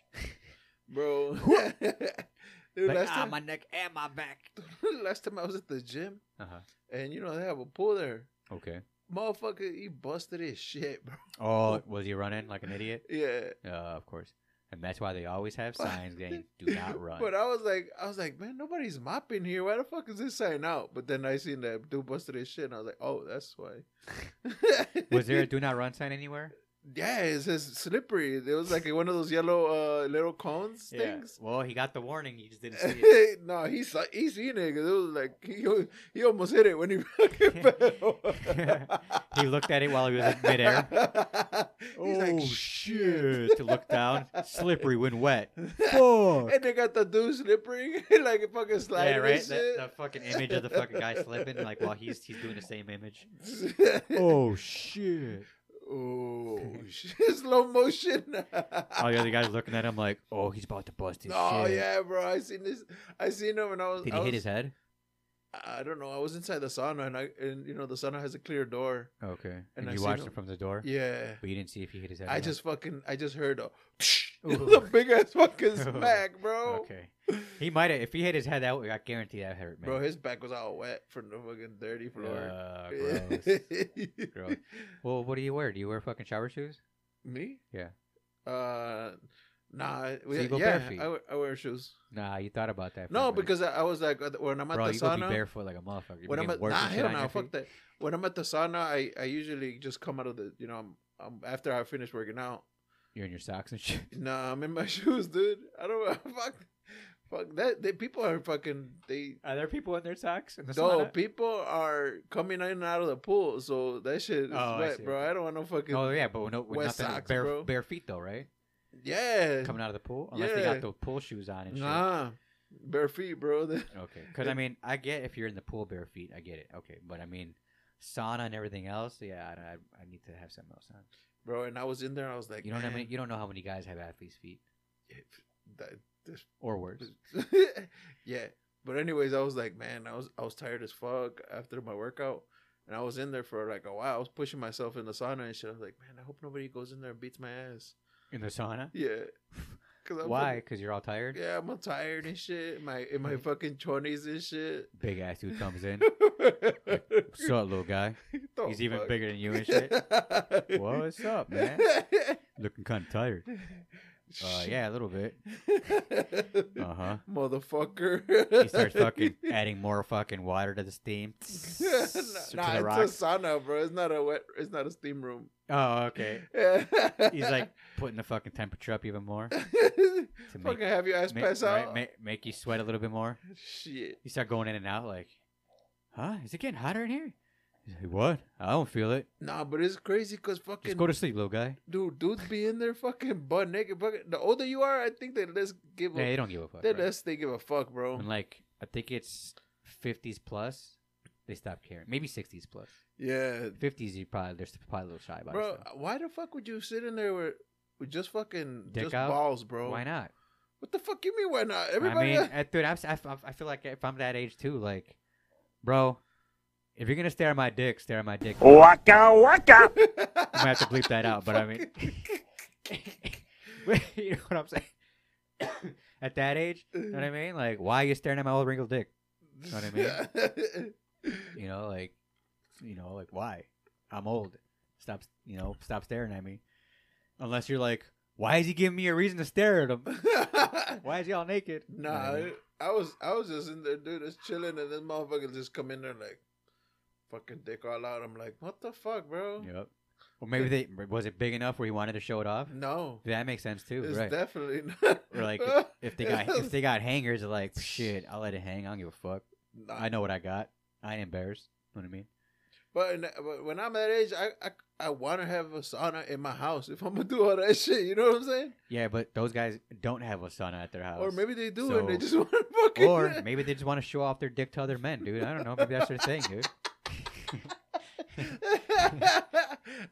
Speaker 2: Bro. dude,
Speaker 1: like,
Speaker 2: last,
Speaker 1: ah,
Speaker 2: time,
Speaker 1: my neck and my back.
Speaker 2: last time I was at the gym,
Speaker 1: Uh huh.
Speaker 2: and you know, they have a pool there.
Speaker 1: Okay.
Speaker 2: Motherfucker, he busted his shit, bro.
Speaker 1: Oh, was he running like an idiot?
Speaker 2: Yeah.
Speaker 1: Uh, of course. And that's why they always have signs saying "Do not run."
Speaker 2: But I was like, I was like, man, nobody's mopping here. Why the fuck is this sign out? But then I seen that dude busted his shit, and I was like, oh, that's why.
Speaker 1: Was there a "Do not run" sign anywhere?
Speaker 2: Yeah, it says slippery. It was like one of those yellow uh, little cones things.
Speaker 1: Well, he got the warning. He just didn't see it.
Speaker 2: no, he saw, he seen it 'cause it was like he al- he almost hit it when he fucking fell.
Speaker 1: he looked at it while he was in midair. Oh,
Speaker 2: He's like, shit.
Speaker 1: to look down, slippery when wet.
Speaker 2: And they got the dude slippery, like fucking sliding.
Speaker 1: Yeah, right.
Speaker 2: And
Speaker 1: That,
Speaker 2: shit.
Speaker 1: the fucking image of the fucking guy slipping, like while he's he's doing the same image.
Speaker 2: Oh.
Speaker 1: shit! Oh.
Speaker 2: shit. Slow motion.
Speaker 1: All the other guys looking at him like, oh, he's about to bust his
Speaker 2: oh
Speaker 1: shit.
Speaker 2: yeah, bro. I seen this. I seen him, and I was.
Speaker 1: Did
Speaker 2: I
Speaker 1: he
Speaker 2: was,
Speaker 1: hit his head?
Speaker 2: I don't know. I was inside the sauna, and I and you know the sauna has a clear door.
Speaker 1: Okay. And,
Speaker 2: I
Speaker 1: you
Speaker 2: seen
Speaker 1: watched
Speaker 2: him.
Speaker 1: him from the door,
Speaker 2: Yeah.
Speaker 1: but you didn't see if he hit his head. or
Speaker 2: I
Speaker 1: not?
Speaker 2: just fucking I just heard a the
Speaker 1: Ooh.
Speaker 2: big ass fucking
Speaker 1: Ooh.
Speaker 2: smack, bro.
Speaker 1: Okay. He might have. If he hit his head, that would- I guarantee that hurt, man.
Speaker 2: Bro, his back was all wet from the fucking dirty floor.
Speaker 1: Uh, gross. Gross. well, what do you wear? Do you wear fucking shower shoes?
Speaker 2: Me?
Speaker 1: Yeah.
Speaker 2: Uh, nah. We,
Speaker 1: So you go
Speaker 2: yeah,
Speaker 1: barefoot?
Speaker 2: I wear, I wear shoes.
Speaker 1: Nah, you thought about that. for a
Speaker 2: No,
Speaker 1: minute.
Speaker 2: because I, I was like uh, when I'm at
Speaker 1: bro,
Speaker 2: the
Speaker 1: you
Speaker 2: sauna.
Speaker 1: gonna be barefoot like a motherfucker. You're
Speaker 2: when I'm
Speaker 1: gonna
Speaker 2: at
Speaker 1: get work
Speaker 2: nah,
Speaker 1: and shit
Speaker 2: hell
Speaker 1: on
Speaker 2: no,
Speaker 1: your
Speaker 2: fuck
Speaker 1: feet.
Speaker 2: that. When I'm at the sauna, I, I usually just come out of the you know I'm, I'm after I finish working out.
Speaker 1: You're in your socks and shit.
Speaker 2: Nah, I'm in my shoes, dude. I don't fuck, fuck that. They, people are fucking they.
Speaker 1: Are there people in their socks in the
Speaker 2: No, people are coming in and out of the pool, so that shit is
Speaker 1: Oh, I
Speaker 2: wet,
Speaker 1: see.
Speaker 2: bro. I don't want no fucking
Speaker 1: Oh yeah, but no, with
Speaker 2: wet
Speaker 1: nothing
Speaker 2: socks,
Speaker 1: bare,
Speaker 2: bro.
Speaker 1: bare feet though, right?
Speaker 2: yeah,
Speaker 1: Coming out of the pool, unless they got
Speaker 2: Yeah.
Speaker 1: the pool shoes on and shit.
Speaker 2: nah, bare feet, bro.
Speaker 1: Okay, because I mean, I get if you're in the pool bare feet, I get it. Okay, but I mean, sauna and everything else, yeah, I, I, I need to have something else on.
Speaker 2: bro, and I was in there, I was like,
Speaker 1: You don't know how
Speaker 2: man,
Speaker 1: many, you don't know how many guys have athlete's feet
Speaker 2: that- this-
Speaker 1: or worse.
Speaker 2: yeah. But anyways, I was like, man, I was I was tired as fuck after my workout, and I was in there for like a while. I was pushing myself in the sauna and shit. I was like, man, I hope nobody goes in there and beats my ass.
Speaker 1: In the sauna?
Speaker 2: Yeah, because
Speaker 1: Why? Because you're all tired.
Speaker 2: Yeah, I'm all tired and shit. My in my fucking twenties and shit.
Speaker 1: Big ass dude comes in. What's
Speaker 2: so
Speaker 1: up, little guy?
Speaker 2: Oh,
Speaker 1: He's even bigger than you and shit. What's up, man? Looking kind of tired. Uh, yeah, a little bit. Uh huh.
Speaker 2: Motherfucker.
Speaker 1: He starts fucking adding more fucking water to the steam.
Speaker 2: nah,
Speaker 1: to the
Speaker 2: nah, it's
Speaker 1: rocks.
Speaker 2: a sauna, bro. It's not a wet. It's not a steam room.
Speaker 1: Oh, okay. He's
Speaker 2: He's
Speaker 1: like putting the fucking temperature up even more to make,
Speaker 2: fucking have your ass
Speaker 1: make,
Speaker 2: pass
Speaker 1: right,
Speaker 2: out.
Speaker 1: make, make you sweat a little bit more.
Speaker 2: Shit.
Speaker 1: You start going in and out like, huh? Is it getting hotter in here? He's like, what? I don't feel it.
Speaker 2: Nah, but it's crazy because fucking
Speaker 1: Just go to sleep, little guy.
Speaker 2: dude, dudes be in there fucking butt naked. Fucking, the older you are, I think they less give a
Speaker 1: Yeah, they don't give a fuck.
Speaker 2: they
Speaker 1: right?
Speaker 2: less they give a fuck, bro.
Speaker 1: And like, I think it's 50s plus. They stop caring. Maybe 60s plus.
Speaker 2: yeah,
Speaker 1: 50s, you probably they're still probably a little shy about
Speaker 2: bro.
Speaker 1: it.
Speaker 2: Why the fuck would you sit in there with, with just fucking
Speaker 1: Dick
Speaker 2: just
Speaker 1: out?
Speaker 2: balls,
Speaker 1: still.
Speaker 2: bro?
Speaker 1: Why not?
Speaker 2: What the fuck you mean? Why not? Everybody.
Speaker 1: I mean, I, dude, I'm, si feel like if I'm that age too, like, bro, if you're gonna stare at my dick, stare at my dick.
Speaker 4: Waka waka.
Speaker 1: I'm gonna have to bleep that out, but I mean, you know what I'm saying? at that age, you know what I mean? Like, why are you staring at my old wrinkled dick? know what I
Speaker 2: mean?
Speaker 1: You know, like, you know, like why? I'm old. Stop, you know, stop staring at me. Unless you're like, why is he giving me a reason to stare at him? Why is he all naked? You know what
Speaker 2: Nah,
Speaker 1: I mean?
Speaker 2: I was I was just in there, dude, just chilling, and this motherfucker just come in there like, fucking dick all out. I'm like, what the fuck, bro?
Speaker 1: Yep. Or maybe they was it big enough where he wanted to show it off.
Speaker 2: No,
Speaker 1: That makes sense too,
Speaker 2: it's
Speaker 1: right?
Speaker 2: definitely not.
Speaker 1: Or like if they got if they got hangers, they're like shit, I'll let it hang. I don't give a fuck.
Speaker 2: Nah,
Speaker 1: I know what I got. I ain't embarrassed. You know what I mean?
Speaker 2: But, in, but when I'm that age, I I, I want to have a sauna in my house if I'm gonna do all that shit. You know what I'm saying?
Speaker 1: Yeah, but those guys don't have a sauna at their house.
Speaker 2: Or maybe they do and
Speaker 1: So-
Speaker 2: they just want to fucking.
Speaker 1: Or maybe they just want to show off their dick to other men, dude. I don't know. Maybe that's their thing, dude.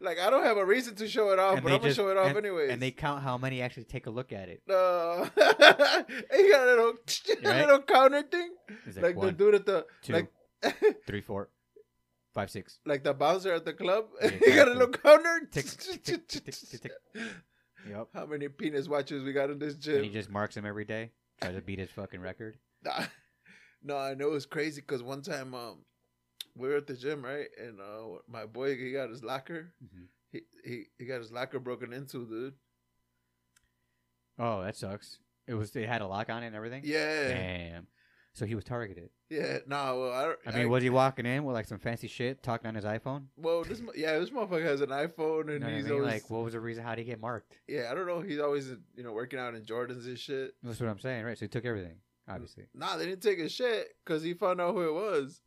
Speaker 2: like I don't have a reason to show it off,
Speaker 1: And
Speaker 2: but
Speaker 1: they
Speaker 2: I'm gonna
Speaker 1: just-
Speaker 2: show it off
Speaker 1: and-
Speaker 2: anyways.
Speaker 1: And they count how many actually take a look at it.
Speaker 2: No, you got a little,
Speaker 1: Right?
Speaker 2: little counter thing,
Speaker 1: It's
Speaker 2: like,
Speaker 1: like,
Speaker 2: the
Speaker 1: one,
Speaker 2: dude at the
Speaker 1: two,
Speaker 2: like,
Speaker 1: three, four, five, six.
Speaker 2: like the bouncer at the club.
Speaker 1: Yeah,
Speaker 2: you got a
Speaker 1: exactly.
Speaker 2: little counter.
Speaker 1: Tick, tick, tick, tick, tick, tick. Yep.
Speaker 2: How many penis watches we got in this gym?
Speaker 1: And he just marks them every day. Tries to beat his fucking record.
Speaker 2: Nah. No, I know it was crazy because one time um we were at the gym, right? And uh my boy he got his locker.
Speaker 1: Mm-hmm.
Speaker 2: He he, he got his locker broken into, dude.
Speaker 1: Oh, that sucks. It was. It had a lock on it and everything.
Speaker 2: Yeah.
Speaker 1: Damn. So he was targeted.
Speaker 2: Yeah. No, well I don't
Speaker 1: I mean,
Speaker 2: I-
Speaker 1: was he walking in with like some fancy shit, talking on his iPhone?
Speaker 2: well this mo- yeah, this motherfucker has an iPhone
Speaker 1: You
Speaker 2: and
Speaker 1: know what I
Speaker 2: he's
Speaker 1: mean?
Speaker 2: always
Speaker 1: Like, what was the reason? How did he get marked?
Speaker 2: Yeah, I don't know, he's always you know working out in Jordans and shit.
Speaker 1: That's what I'm saying, right? So he took everything, obviously.
Speaker 2: Nah, they didn't take his shit because he found out who it was.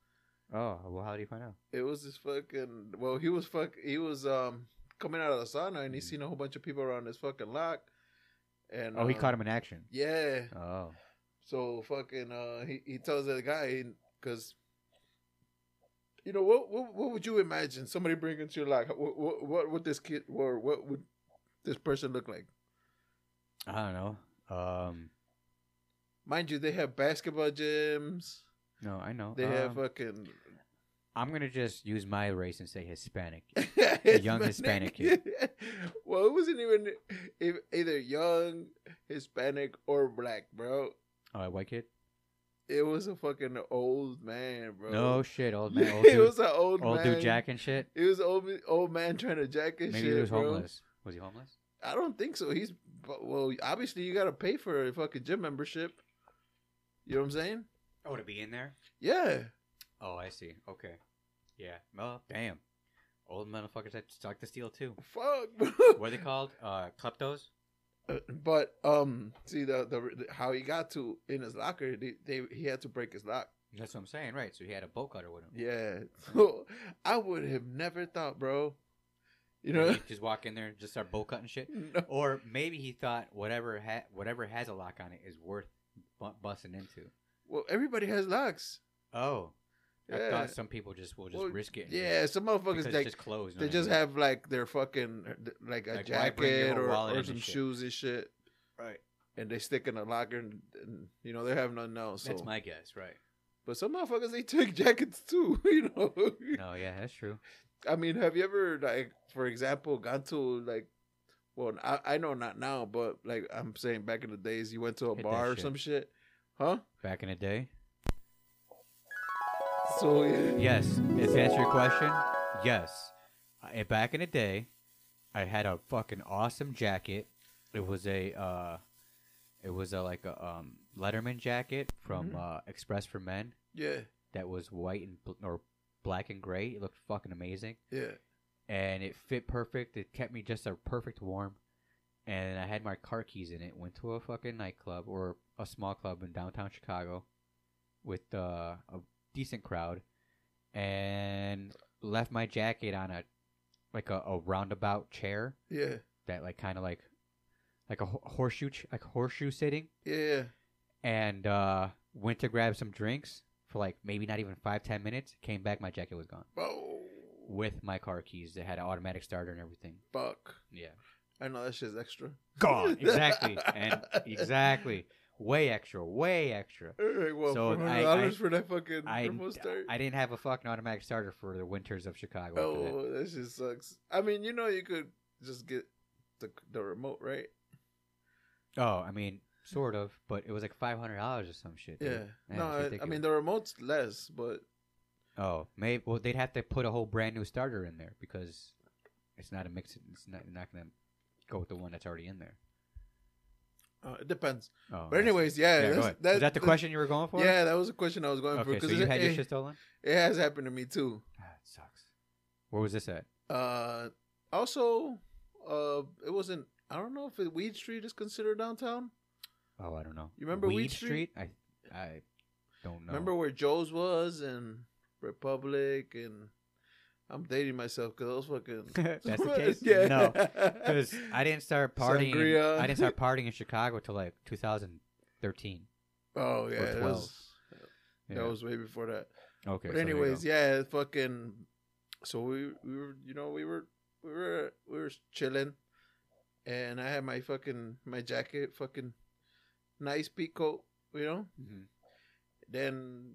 Speaker 1: Oh, well, how did he find out?
Speaker 2: It was this fucking well, he was fuck he was um coming out of the sauna and he
Speaker 1: Mhm.
Speaker 2: seen a whole bunch of people around his fucking lock. And
Speaker 1: Oh, he
Speaker 2: um,
Speaker 1: caught him in action.
Speaker 2: Yeah.
Speaker 1: Oh,
Speaker 2: So fucking, uh, he he tells the guy because, you know, what, what what would you imagine somebody bringing to your life? What what, what would this kid or what would this person look like?
Speaker 1: I don't know. Um,
Speaker 2: Mind you, they have basketball gyms.
Speaker 1: no, I know.
Speaker 2: They have
Speaker 1: Um,
Speaker 2: fucking
Speaker 1: I'm gonna just use my race and say Hispanic. young Hispanic
Speaker 2: well, it wasn't even if, either young Hispanic or black, bro.
Speaker 1: All right, Oh, white kid.
Speaker 2: It was a fucking old man, bro.
Speaker 1: No shit, old man, old
Speaker 2: it
Speaker 1: dude,
Speaker 2: was an old
Speaker 1: old
Speaker 2: man.
Speaker 1: dude, Jack and shit.
Speaker 2: It was old old man trying to jack his
Speaker 1: Maybe
Speaker 2: shit.
Speaker 1: he was
Speaker 2: bro.
Speaker 1: homeless. Was he homeless?
Speaker 2: I don't think so. He's but- well, obviously you gotta pay for a fucking gym membership. You know what I'm saying?
Speaker 1: Oh, to be in there.
Speaker 2: Yeah.
Speaker 1: Oh, I see. Okay. Yeah. Oh, damn. Old motherfuckers that suck the steel too.
Speaker 2: Fuck. bro.
Speaker 1: What are they called? Uh, kleptos.
Speaker 2: But um, see the, the the how he got to in his locker, they, they he had to break his lock.
Speaker 1: That's what I'm saying, right? So he had a bolt cutter with him.
Speaker 2: Yeah. So I would have never thought, bro. You
Speaker 1: And
Speaker 2: know.
Speaker 1: he'd just walk in there and just start bolt cutting shit.
Speaker 2: No.
Speaker 1: Or maybe he thought whatever ha- whatever has a lock on it is worth bu- busting into.
Speaker 2: Well, everybody has locks.
Speaker 1: Oh, I
Speaker 2: Yeah.
Speaker 1: thought some people just will just
Speaker 2: Well,
Speaker 1: risk it. and
Speaker 2: Yeah. Some motherfuckers
Speaker 1: just, because
Speaker 2: they,
Speaker 1: it's just clothes. you know
Speaker 2: they
Speaker 1: what I
Speaker 2: just
Speaker 1: mean?
Speaker 2: have like their fucking uh, like a
Speaker 1: Like, why bring your
Speaker 2: jacket
Speaker 1: whole
Speaker 2: or,
Speaker 1: wallet
Speaker 2: or
Speaker 1: in
Speaker 2: some
Speaker 1: and shit?
Speaker 2: shoes and shit.
Speaker 1: right.
Speaker 2: and they stick in a locker and, and you know they have nothing else. So.
Speaker 1: That's my guess, right?
Speaker 2: but some motherfuckers they take jackets too. You know,
Speaker 1: No, yeah, that's true.
Speaker 2: I mean, have you ever like, for example, gone to like, well, I, I know not now, but like I'm saying back in the days, you went to a
Speaker 1: Hit that
Speaker 2: bar or
Speaker 1: shit.
Speaker 2: some shit, huh?
Speaker 1: Back in the day.
Speaker 2: So yeah,
Speaker 1: Yes. Is to answer your question? Yes. I, back in the day, I had a fucking awesome jacket. It was a, uh, it was a like a um, Letterman jacket from
Speaker 2: Mhm.
Speaker 1: uh, Express for Men
Speaker 2: yeah,
Speaker 1: that was white and bl- or black and gray. It looked fucking amazing,
Speaker 2: yeah.
Speaker 1: and it fit perfect. It kept me just a perfect warm. And I had my car keys in it. Went to a fucking nightclub or a small club in downtown Chicago, with uh, a decent crowd and left my jacket on a like a, a roundabout chair
Speaker 2: Yeah,
Speaker 1: that like kind of like like a ho- horseshoe ch- like horseshoe sitting
Speaker 2: yeah,
Speaker 1: and uh went to grab some drinks for like maybe not even five ten minutes came back my jacket was gone
Speaker 2: oh
Speaker 1: with my car keys that had an automatic starter and everything
Speaker 2: fuck!
Speaker 1: yeah
Speaker 2: I know that shit's extra.
Speaker 1: gone exactly and exactly way extra way extra
Speaker 2: All right, well,
Speaker 1: So
Speaker 2: four
Speaker 1: I-
Speaker 2: hundred dollars for that fucking
Speaker 1: I,
Speaker 2: remote start.
Speaker 1: I didn't have a fucking automatic starter for the winters of chicago after that.
Speaker 2: Oh, that shit sucks. I mean, you know, you could just get the the remote, right?
Speaker 1: Oh, I mean, sort of, but it was like five hundred dollars or some shit. dude.
Speaker 2: Yeah.
Speaker 1: Man, it's
Speaker 2: no, I, I
Speaker 1: ridiculous.
Speaker 2: mean the remote's less, but
Speaker 1: oh, maybe well they'd have to put a whole brand new starter in there because it's not a mix. It's not not gonna go with the one that's already in there.
Speaker 2: uh, it depends.
Speaker 1: Oh,
Speaker 2: but
Speaker 1: I see.
Speaker 2: anyways, yeah,
Speaker 1: yeah, go
Speaker 2: that's,
Speaker 1: ahead. was that the question you were going for?
Speaker 2: Yeah, that was a question I was going for
Speaker 1: Okay, so
Speaker 2: because
Speaker 1: you
Speaker 2: it,
Speaker 1: had your
Speaker 2: it,
Speaker 1: shit stolen.
Speaker 2: it has happened to me too.
Speaker 1: Ah, it sucks. Where was this at?
Speaker 2: Uh, also, uh, it wasn't. I don't know if it, Weed Street is considered downtown.
Speaker 1: Oh, I don't know.
Speaker 2: You remember
Speaker 1: Weed,
Speaker 2: Weed
Speaker 1: Street?
Speaker 2: Street?
Speaker 1: I I don't know.
Speaker 2: Remember where Joe's was and Republic and I'm dating myself because those fucking.
Speaker 1: That's the case.
Speaker 2: Yeah.
Speaker 1: No, because I didn't start partying.
Speaker 2: Sangria.
Speaker 1: I didn't start partying in Chicago till like 2013.
Speaker 2: Oh yeah, that
Speaker 1: 12.
Speaker 2: was,
Speaker 1: Yeah.
Speaker 2: that was way before that.
Speaker 1: okay. so there
Speaker 2: but
Speaker 1: you
Speaker 2: anyways,
Speaker 1: go.
Speaker 2: yeah, fucking. So we we were you know we were we were we were chilling, and I had my fucking my jacket fucking nice peacoat you know
Speaker 1: Mhm.
Speaker 2: then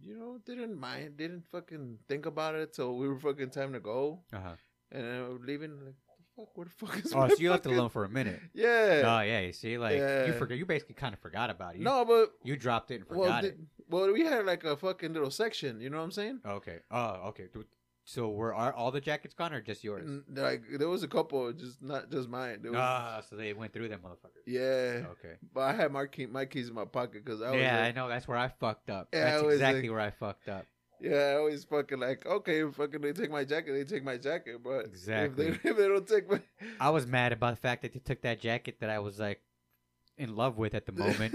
Speaker 2: you know didn't mind didn't fucking think about it so we were fucking time to go
Speaker 1: Uh-huh.
Speaker 2: and I was leaving like the fuck where the fuck is
Speaker 1: Oh,
Speaker 2: my
Speaker 1: so you left it
Speaker 2: fucking-"
Speaker 1: alone for a minute.
Speaker 2: yeah
Speaker 1: Oh yeah, you see, like you
Speaker 2: Yeah.
Speaker 1: forgot. You basically kind of forgot about it. You,
Speaker 2: no but
Speaker 1: you dropped it and forgot
Speaker 2: well
Speaker 1: it.
Speaker 2: did, well we had like a fucking little section you know what I'm saying
Speaker 1: Okay. Oh, okay. Do- So were are all the jackets gone or just yours?
Speaker 2: N- like there was a couple just not just mine there Mm, was,
Speaker 1: Ah, so they went through them motherfuckers.
Speaker 2: yeah
Speaker 1: Okay.
Speaker 2: But I had my key, my keys in my pocket because I was
Speaker 1: yeah, I
Speaker 2: like,
Speaker 1: know. That's where I fucked up.
Speaker 2: Yeah, I
Speaker 1: that's
Speaker 2: was
Speaker 1: exactly
Speaker 2: like-
Speaker 1: where I fucked up.
Speaker 2: yeah, I always fucking like, okay, fucking they take my jacket, they take my jacket, but
Speaker 1: Exactly.
Speaker 2: if they, if they don't take my
Speaker 1: I was mad about the fact that they took that jacket that I was like in love with at the moment,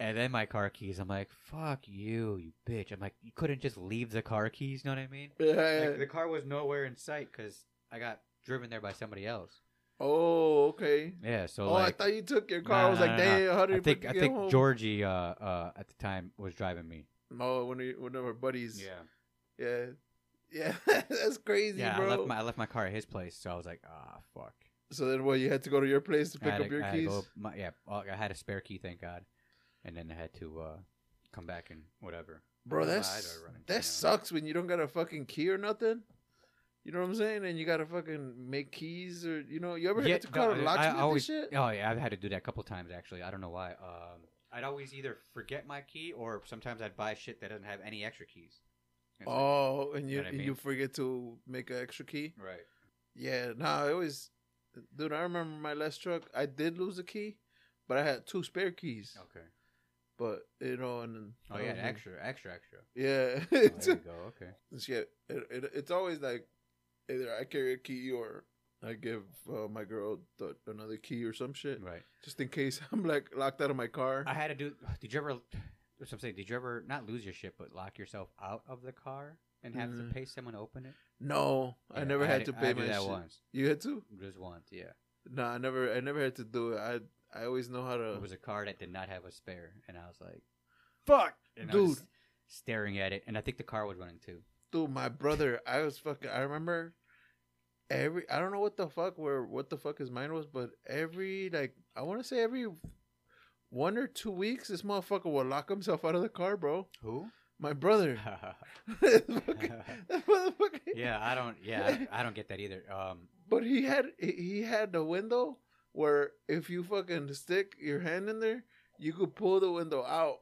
Speaker 1: and then my car keys. I'm like, fuck you, you bitch. I'm like, you couldn't just leave the car keys. You know what I mean?
Speaker 2: yeah.
Speaker 1: Like, the car was nowhere in sight because I got driven there by somebody else.
Speaker 2: oh, okay.
Speaker 1: Yeah. So
Speaker 2: oh,
Speaker 1: like,
Speaker 2: I thought you took your car. I
Speaker 1: Nah,
Speaker 2: was
Speaker 1: nah,
Speaker 2: like,
Speaker 1: nah, nah.
Speaker 2: damn, how did
Speaker 1: I
Speaker 2: you
Speaker 1: think I
Speaker 2: fucking get
Speaker 1: think
Speaker 2: home?
Speaker 1: Georgie uh, uh, at the time was driving me.
Speaker 2: No, Oh, one of, your- one of our buddies. Yeah. Yeah. That's crazy,
Speaker 1: yeah.
Speaker 2: bro.
Speaker 1: I left my I left my car at his place, so I was like, ah, fuck.
Speaker 2: so then, what? You had to go to your place to
Speaker 1: I
Speaker 2: pick
Speaker 1: had
Speaker 2: up
Speaker 1: to-
Speaker 2: your
Speaker 1: I had to
Speaker 2: keys.
Speaker 1: go- my- yeah, uh, I had a spare key, thank God, and then I had to uh, come back and whatever.
Speaker 2: Bro,
Speaker 1: Nah,
Speaker 2: that's
Speaker 1: I don't run into
Speaker 2: that
Speaker 1: them.
Speaker 2: sucks when you don't got a fucking key or nothing. You know what I'm saying? And you gotta fucking make keys or you know, you ever
Speaker 1: Yeah,
Speaker 2: had to call
Speaker 1: no,
Speaker 2: a
Speaker 1: I
Speaker 2: locksmith and
Speaker 1: always-
Speaker 2: shit?
Speaker 1: Oh yeah, I've had to do that a couple times actually. I don't know why. Um, I'd always either forget my key or sometimes I'd buy shit that doesn't have any extra keys. It's like-
Speaker 2: Oh, and
Speaker 1: You
Speaker 2: you
Speaker 1: know what I
Speaker 2: and
Speaker 1: mean?
Speaker 2: you forget to make an extra key?
Speaker 1: right.
Speaker 2: Yeah, nah, I always dude, I remember my last truck, I did lose a key, but I had two spare keys.
Speaker 1: Okay.
Speaker 2: But you know, and then
Speaker 1: Oh yeah, extra, extra, extra.
Speaker 2: Yeah.
Speaker 1: Oh, there you go. Okay.
Speaker 2: shit. It, it, it's always like either I carry a key or I give uh, my girl th- another key or some shit.
Speaker 1: Right.
Speaker 2: just in case I'm like locked out of my car.
Speaker 1: I had to do. Did you ever? That's what I'm saying. Did you ever not lose your shit, but lock yourself out of the car and have
Speaker 2: Mm.
Speaker 1: to pay someone to open it?
Speaker 2: no, I
Speaker 1: Yeah,
Speaker 2: never had
Speaker 1: it-
Speaker 2: to
Speaker 1: I
Speaker 2: pay
Speaker 1: did
Speaker 2: my
Speaker 1: that
Speaker 2: shit.
Speaker 1: once.
Speaker 2: You had to?
Speaker 1: Just once, yeah.
Speaker 2: No, I never. I never had to do it. I I always know how to.
Speaker 1: It was a car that did not have a spare, and I was like, "Fuck!" And I was
Speaker 2: Dude.
Speaker 1: staring at it, and I think the car was running too.
Speaker 2: Dude, my brother. I was fucking. I remember every. I don't know what the fuck where what the fuck his mind was, but every like I want to say every one or two weeks, this motherfucker will lock himself out of the car, bro.
Speaker 1: Who?
Speaker 2: My brother. Fucking- that motherfucker.
Speaker 1: yeah, I don't. Yeah, I, I don't get that either. Um,
Speaker 2: But he had he- he had the window where if you fucking stick your hand in there, you could pull the window out,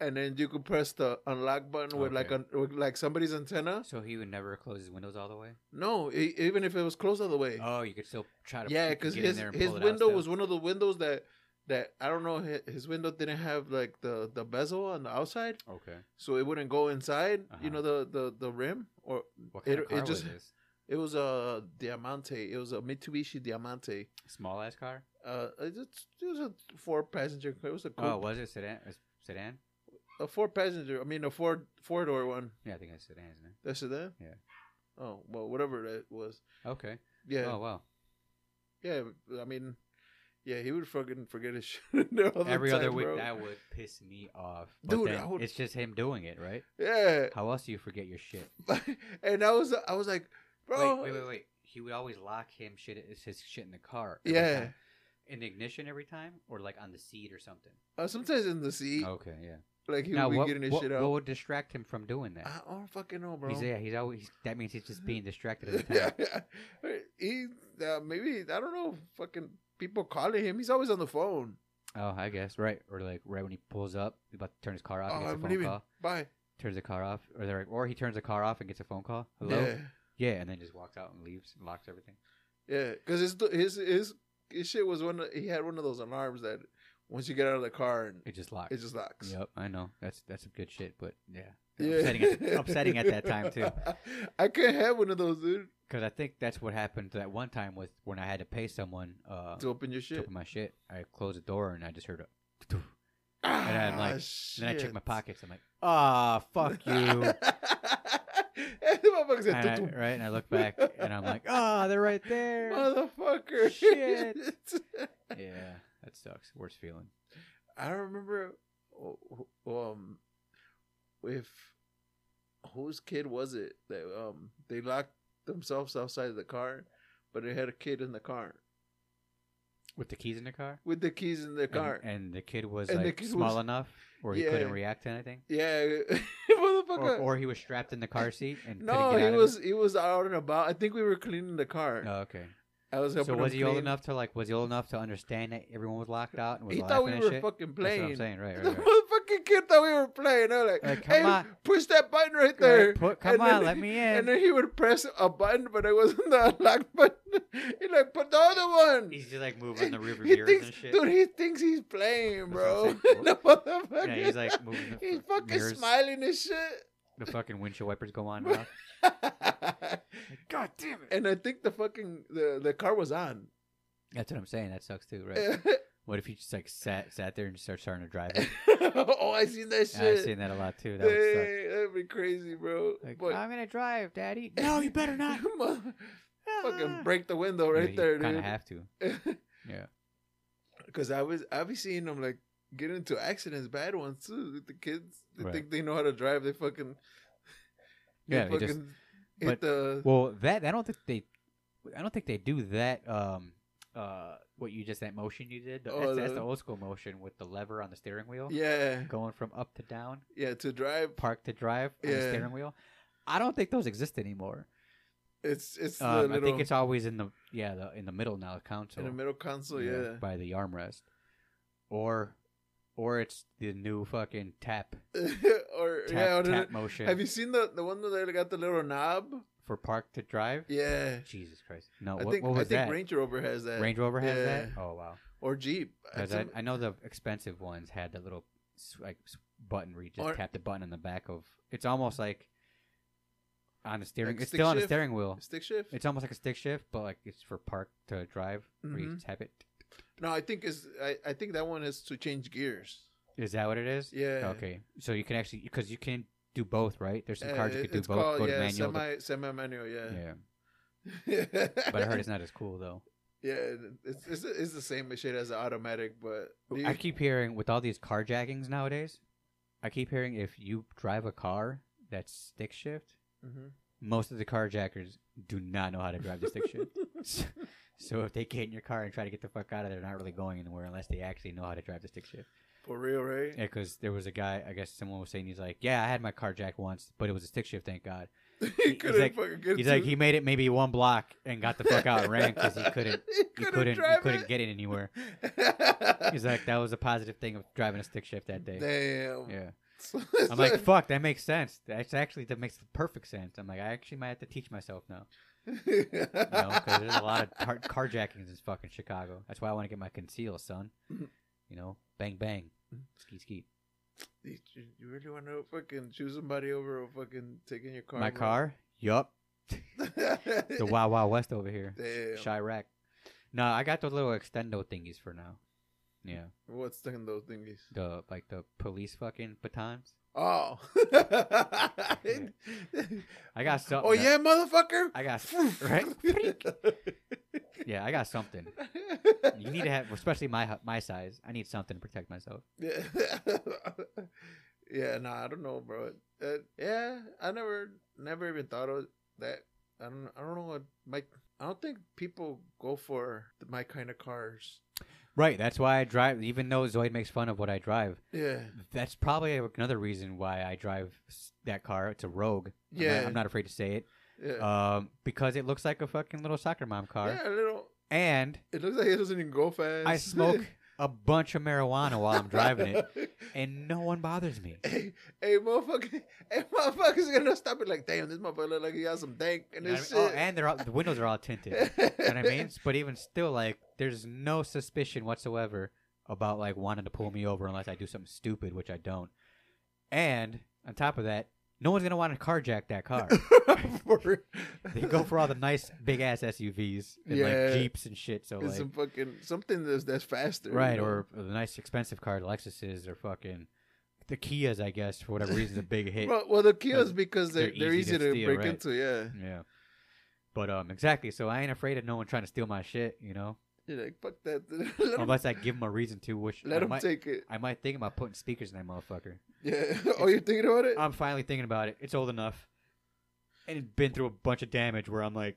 Speaker 2: and then you could press the unlock button with like
Speaker 1: Okay.
Speaker 2: a, with like somebody's antenna.
Speaker 1: so he would never close his windows all the way.
Speaker 2: No, e even if it was closed all the way.
Speaker 1: Oh, you could still try to.
Speaker 2: yeah,
Speaker 1: you could
Speaker 2: because
Speaker 1: get in
Speaker 2: his
Speaker 1: there and
Speaker 2: his
Speaker 1: pull it out
Speaker 2: window
Speaker 1: still.
Speaker 2: was one of the windows that that I don't know hi- his window didn't have like the the bezel on the outside,
Speaker 1: Okay.
Speaker 2: so it wouldn't go inside.
Speaker 1: Uh-huh.
Speaker 2: You know the the the rim or
Speaker 1: What kind
Speaker 2: It-
Speaker 1: of car
Speaker 2: it just-
Speaker 1: was this?
Speaker 2: it was a Diamante. It was a Mitsubishi Diamante.
Speaker 1: Small ass car.
Speaker 2: Uh, it's, it's- it was a four passenger. It was a coupe.
Speaker 1: Oh, was it sedan? Sedan?
Speaker 2: a four passenger. I mean, a four four door one.
Speaker 1: Yeah, I think that's sedan, isn't it?
Speaker 2: That's it. Then.
Speaker 1: Yeah.
Speaker 2: Oh well, whatever that was.
Speaker 1: Okay.
Speaker 2: Yeah.
Speaker 1: Oh wow.
Speaker 2: Yeah. I mean, yeah. He would fucking forget his shit there all the
Speaker 1: Every other
Speaker 2: time,
Speaker 1: week
Speaker 2: bro.
Speaker 1: that would piss me off. But
Speaker 2: Dude,
Speaker 1: then
Speaker 2: I would-
Speaker 1: it's just him doing it, right?
Speaker 2: Yeah.
Speaker 1: How else do you forget your shit?
Speaker 2: and I was I was like, bro.
Speaker 1: Wait, wait, wait, wait. He would always lock him shit it's his shit in the car. every
Speaker 2: Yeah.
Speaker 1: time. In the ignition every time or like on the seat or something.
Speaker 2: Uh, sometimes in the seat,
Speaker 1: Okay, yeah.
Speaker 2: like he
Speaker 1: Oh. now
Speaker 2: would be
Speaker 1: what,
Speaker 2: getting his
Speaker 1: what,
Speaker 2: shit
Speaker 1: what
Speaker 2: out.
Speaker 1: would distract him from doing that?
Speaker 2: I don't fucking know, bro.
Speaker 1: He's yeah, he's always that means he's just being distracted at the
Speaker 2: yeah,
Speaker 1: time.
Speaker 2: he uh, maybe I don't know. Fucking people calling him. He's always on the phone.
Speaker 1: oh, I guess, right. Or like right when he pulls up, he's about to turn his car off, he
Speaker 2: Oh,
Speaker 1: gets a
Speaker 2: I'm
Speaker 1: phone
Speaker 2: leaving.
Speaker 1: call.
Speaker 2: Bye.
Speaker 1: Turns the car off. Or they're like or he turns the car off and gets a phone call. Hello?
Speaker 2: Yeah,
Speaker 1: Yeah, and then just walks out and leaves and locks everything.
Speaker 2: yeah. Because his his his his shit was one. Of, he had one of those alarms that once you get out of the car and
Speaker 1: It just locks.
Speaker 2: it just locks.
Speaker 1: Yep, I know. That's that's some good shit, but yeah. Upsetting, at, upsetting at that time too,
Speaker 2: I can't have one of those, dude,
Speaker 1: because I think that's what happened that one time with when I had to pay someone uh,
Speaker 2: to
Speaker 1: to
Speaker 2: open your shit.
Speaker 1: open my shit. I closed the door and I just heard a.
Speaker 2: and
Speaker 1: "Ah, I'm like- Then I check my pockets. I'm like, ah, fuck you.
Speaker 2: And the motherfucker said,
Speaker 1: And I,
Speaker 2: "Tutu."
Speaker 1: right, and I look back and I'm like, oh, they're right there.
Speaker 2: motherfucker.
Speaker 1: Shit. Yeah, that sucks. Worst feeling.
Speaker 2: I remember, um, if whose kid was it that um they locked themselves outside of the car, but they had a kid in the car
Speaker 1: With the keys in the car.
Speaker 2: with the keys in the
Speaker 1: And-
Speaker 2: car.
Speaker 1: And, the kid was
Speaker 2: And the
Speaker 1: like
Speaker 2: kid
Speaker 1: small
Speaker 2: was-
Speaker 1: enough, or he
Speaker 2: Yeah.
Speaker 1: couldn't react to anything,
Speaker 2: yeah,
Speaker 1: or,
Speaker 2: motherfucker.
Speaker 1: or he was strapped in the car seat and
Speaker 2: no,
Speaker 1: couldn't get out
Speaker 2: he was he was out and about. I think we were cleaning the car.
Speaker 1: Of it. Oh, okay.
Speaker 2: I was helping
Speaker 1: So
Speaker 2: him
Speaker 1: was he old
Speaker 2: clean.
Speaker 1: enough to like? Was he old enough to understand that everyone was locked out and was
Speaker 2: He
Speaker 1: laughing
Speaker 2: thought we
Speaker 1: and
Speaker 2: were
Speaker 1: shit?
Speaker 2: fucking
Speaker 1: That's
Speaker 2: playing.
Speaker 1: what I'm saying, right?
Speaker 2: The
Speaker 1: Right. right.
Speaker 2: motherfucking kid thought we were playing. I was like,
Speaker 1: Like, come
Speaker 2: hey,
Speaker 1: on."
Speaker 2: push that button right there.
Speaker 1: Like, put- come
Speaker 2: And then-
Speaker 1: on, let me in.
Speaker 2: And then he would press a button, but it wasn't the unlock button. He like, put the other one.
Speaker 1: He's just like moving the rear
Speaker 2: He
Speaker 1: mirrors
Speaker 2: thinks,
Speaker 1: and shit.
Speaker 2: dude, he thinks he's playing,
Speaker 1: That's what
Speaker 2: bro.
Speaker 1: I'm saying.
Speaker 2: the motherfucker.
Speaker 1: Yeah, he's like moving the
Speaker 2: he's
Speaker 1: f-
Speaker 2: fucking
Speaker 1: mirrors.
Speaker 2: smiling and shit.
Speaker 1: The fucking windshield wipers go on. and off. God damn it!
Speaker 2: and I think the fucking the, the car was on.
Speaker 1: That's what I'm saying. That sucks too, right? What if you just like sat sat there and started starting to drive it?
Speaker 2: oh, I seen that shit.
Speaker 1: Yeah, I've seen that a lot too. That would suck.
Speaker 2: Hey, that'd be crazy, bro.
Speaker 1: Like,
Speaker 2: But-
Speaker 1: I'm gonna drive, Daddy. Ah. No, you better not.
Speaker 2: Mother- fucking break the window right there,
Speaker 1: Kind of
Speaker 2: dude.
Speaker 1: have to. Yeah.
Speaker 2: Because I was I be seeing them like get into accidents, bad ones too. with The kids they
Speaker 1: Right.
Speaker 2: think they know how to drive. They fucking they
Speaker 1: Yeah. it
Speaker 2: fucking
Speaker 1: just,
Speaker 2: hit
Speaker 1: but-
Speaker 2: the
Speaker 1: well, that I don't think they, I don't think they do that. Um, uh, what you just that motion you did.
Speaker 2: Oh,
Speaker 1: that's, that's
Speaker 2: the-
Speaker 1: the old school motion with the lever on the steering wheel.
Speaker 2: yeah
Speaker 1: Going from up to down,
Speaker 2: yeah to drive.
Speaker 1: park to drive on the
Speaker 2: Yeah.
Speaker 1: steering wheel. I don't think those exist anymore.
Speaker 2: It's it's the
Speaker 1: Um, I
Speaker 2: little
Speaker 1: think it's always in the yeah the, in the middle now console.
Speaker 2: in the middle console. Yeah,
Speaker 1: by the armrest, or or it's the new fucking tap
Speaker 2: or
Speaker 1: tap,
Speaker 2: yeah. or the-
Speaker 1: tap motion
Speaker 2: have you seen the the one that got the little knob?
Speaker 1: for park to drive.
Speaker 2: Yeah.
Speaker 1: Jesus Christ! No,
Speaker 2: I
Speaker 1: Uh, what,
Speaker 2: think
Speaker 1: what
Speaker 2: I
Speaker 1: was
Speaker 2: think
Speaker 1: that?
Speaker 2: Range Rover has that
Speaker 1: Range Rover has
Speaker 2: Yeah.
Speaker 1: that. Oh wow!
Speaker 2: or Jeep.
Speaker 1: Because I,
Speaker 2: Some-
Speaker 1: I know the expensive ones had the little s- like s- button where you just
Speaker 2: Or-
Speaker 1: tap the button on the back of. It's almost like on the steering.
Speaker 2: Like
Speaker 1: it's
Speaker 2: stick
Speaker 1: still on the
Speaker 2: shift?
Speaker 1: steering wheel.
Speaker 2: stick shift.
Speaker 1: It's almost like a stick shift, but like it's for park to drive. Where you
Speaker 2: Mhm.
Speaker 1: tap it.
Speaker 2: No, I think is I, I think that one is to change gears.
Speaker 1: Is that what it is?
Speaker 2: Yeah.
Speaker 1: Okay, so you can actually because you can do both, right? There's some
Speaker 2: Uh,
Speaker 1: cars you
Speaker 2: it-
Speaker 1: could do
Speaker 2: it's
Speaker 1: both.
Speaker 2: called,
Speaker 1: go to
Speaker 2: yeah,
Speaker 1: manual. to-
Speaker 2: semi uh, semi manual. Yeah.
Speaker 1: yeah,
Speaker 2: Yeah.
Speaker 1: but I heard it's not as cool though.
Speaker 2: it's, it's it's the same shit as the automatic, but do you-
Speaker 1: I keep hearing with all these carjackings nowadays, I keep hearing if you drive a car that's stick shift,
Speaker 2: Mhm.
Speaker 1: most of the carjackers do not know how to drive the stick shift. S- So if they get in your car and try to get the fuck out of there, they're not really going anywhere unless they actually know how to drive the stick shift.
Speaker 2: for real, right?
Speaker 1: Yeah, because there was a guy, I guess someone was saying he's like, yeah, I had my carjacked once, but it was a stick shift, thank God.
Speaker 2: he
Speaker 1: he's
Speaker 2: couldn't
Speaker 1: like-
Speaker 2: fucking get
Speaker 1: He's
Speaker 2: to-
Speaker 1: like, he made it maybe one block and got the fuck out and ran because he couldn't,
Speaker 2: he
Speaker 1: he couldn't, he couldn't get it anywhere.
Speaker 2: it.
Speaker 1: He's like, that was a positive thing of driving a stick shift that day.
Speaker 2: damn.
Speaker 1: Yeah.
Speaker 2: So
Speaker 1: I'm like, fuck, that makes sense. That's actually that makes perfect sense. I'm like, I actually might have to teach myself now, you know, because there's a lot of tar- carjackings in fucking Chicago. That's why I want to get my conceal, son.
Speaker 2: Mhm.
Speaker 1: You know, bang bang, skeet skeet.
Speaker 2: you you really want to fucking choose somebody over a fucking taking your car?
Speaker 1: My car, yup, the
Speaker 2: the
Speaker 1: Wild Wild West over here,
Speaker 2: Damn.
Speaker 1: Chirac. No, I got the little extendo thingies for now. Yeah,
Speaker 2: What's the those thingies?
Speaker 1: the like the police fucking batons.
Speaker 2: Oh.
Speaker 1: I got something.
Speaker 2: Oh
Speaker 1: that-
Speaker 2: yeah, motherfucker.
Speaker 1: I got right. Yeah, I got something. You need to have, especially my my size. I need something to protect myself.
Speaker 2: yeah. yeah, no, I don't know, bro. Uh, yeah, I never, never even thought of that. I don't, I don't know what my. I don't think people go for my kind of cars.
Speaker 1: Right. That's why I drive. Even though Zoid makes fun of what I drive,
Speaker 2: Yeah,
Speaker 1: that's probably another reason why I drive s- that car. It's a Rogue. I'm not- I'm
Speaker 2: Yeah.
Speaker 1: not, afraid to say it.
Speaker 2: yeah,
Speaker 1: Um, because it looks like a fucking little soccer mom car,
Speaker 2: yeah. A little.
Speaker 1: and
Speaker 2: It looks like it doesn't even go fast.
Speaker 1: I smoke a bunch of marijuana while I'm driving it, and no one bothers me.
Speaker 2: Hey, hey, motherfucker! Hey, motherfucker's gonna stop it like, damn, this motherfucker look like he got some dank and
Speaker 1: You know
Speaker 2: this
Speaker 1: what I mean?
Speaker 2: shit.
Speaker 1: Oh, and they're all, the windows are all tinted. you know what I mean? But even still, like, there's no suspicion whatsoever about like wanting to pull me over unless I do something stupid, which I don't. And on top of that, no one's gonna want to carjack that car.
Speaker 2: For-
Speaker 1: they go for all the nice big ass SUVs and
Speaker 2: Yeah.
Speaker 1: like jeeps and shit. So
Speaker 2: It's
Speaker 1: like,
Speaker 2: some fucking something that's that's faster, you
Speaker 1: right
Speaker 2: know?
Speaker 1: or the nice expensive car, Lexuses or fucking the Kias, I guess, for whatever reason, is a big hit.
Speaker 2: Well, well, the kiosks because they're,
Speaker 1: they're
Speaker 2: they're
Speaker 1: easy
Speaker 2: easy,
Speaker 1: to
Speaker 2: to,
Speaker 1: steal,
Speaker 2: break
Speaker 1: right?
Speaker 2: into. Yeah,
Speaker 1: Yeah. But um, exactly. So I ain't afraid of no one trying to steal my shit, you know,
Speaker 2: you're like fuck that. let 'em-
Speaker 1: unless I give them a reason to. Which
Speaker 2: let
Speaker 1: I
Speaker 2: them
Speaker 1: might,
Speaker 2: take it.
Speaker 1: I might think about putting speakers in that motherfucker.
Speaker 2: Yeah. oh, you're thinking about it?
Speaker 1: I'm finally thinking about it. It's old enough, and it's been through a bunch of damage. Where I'm like,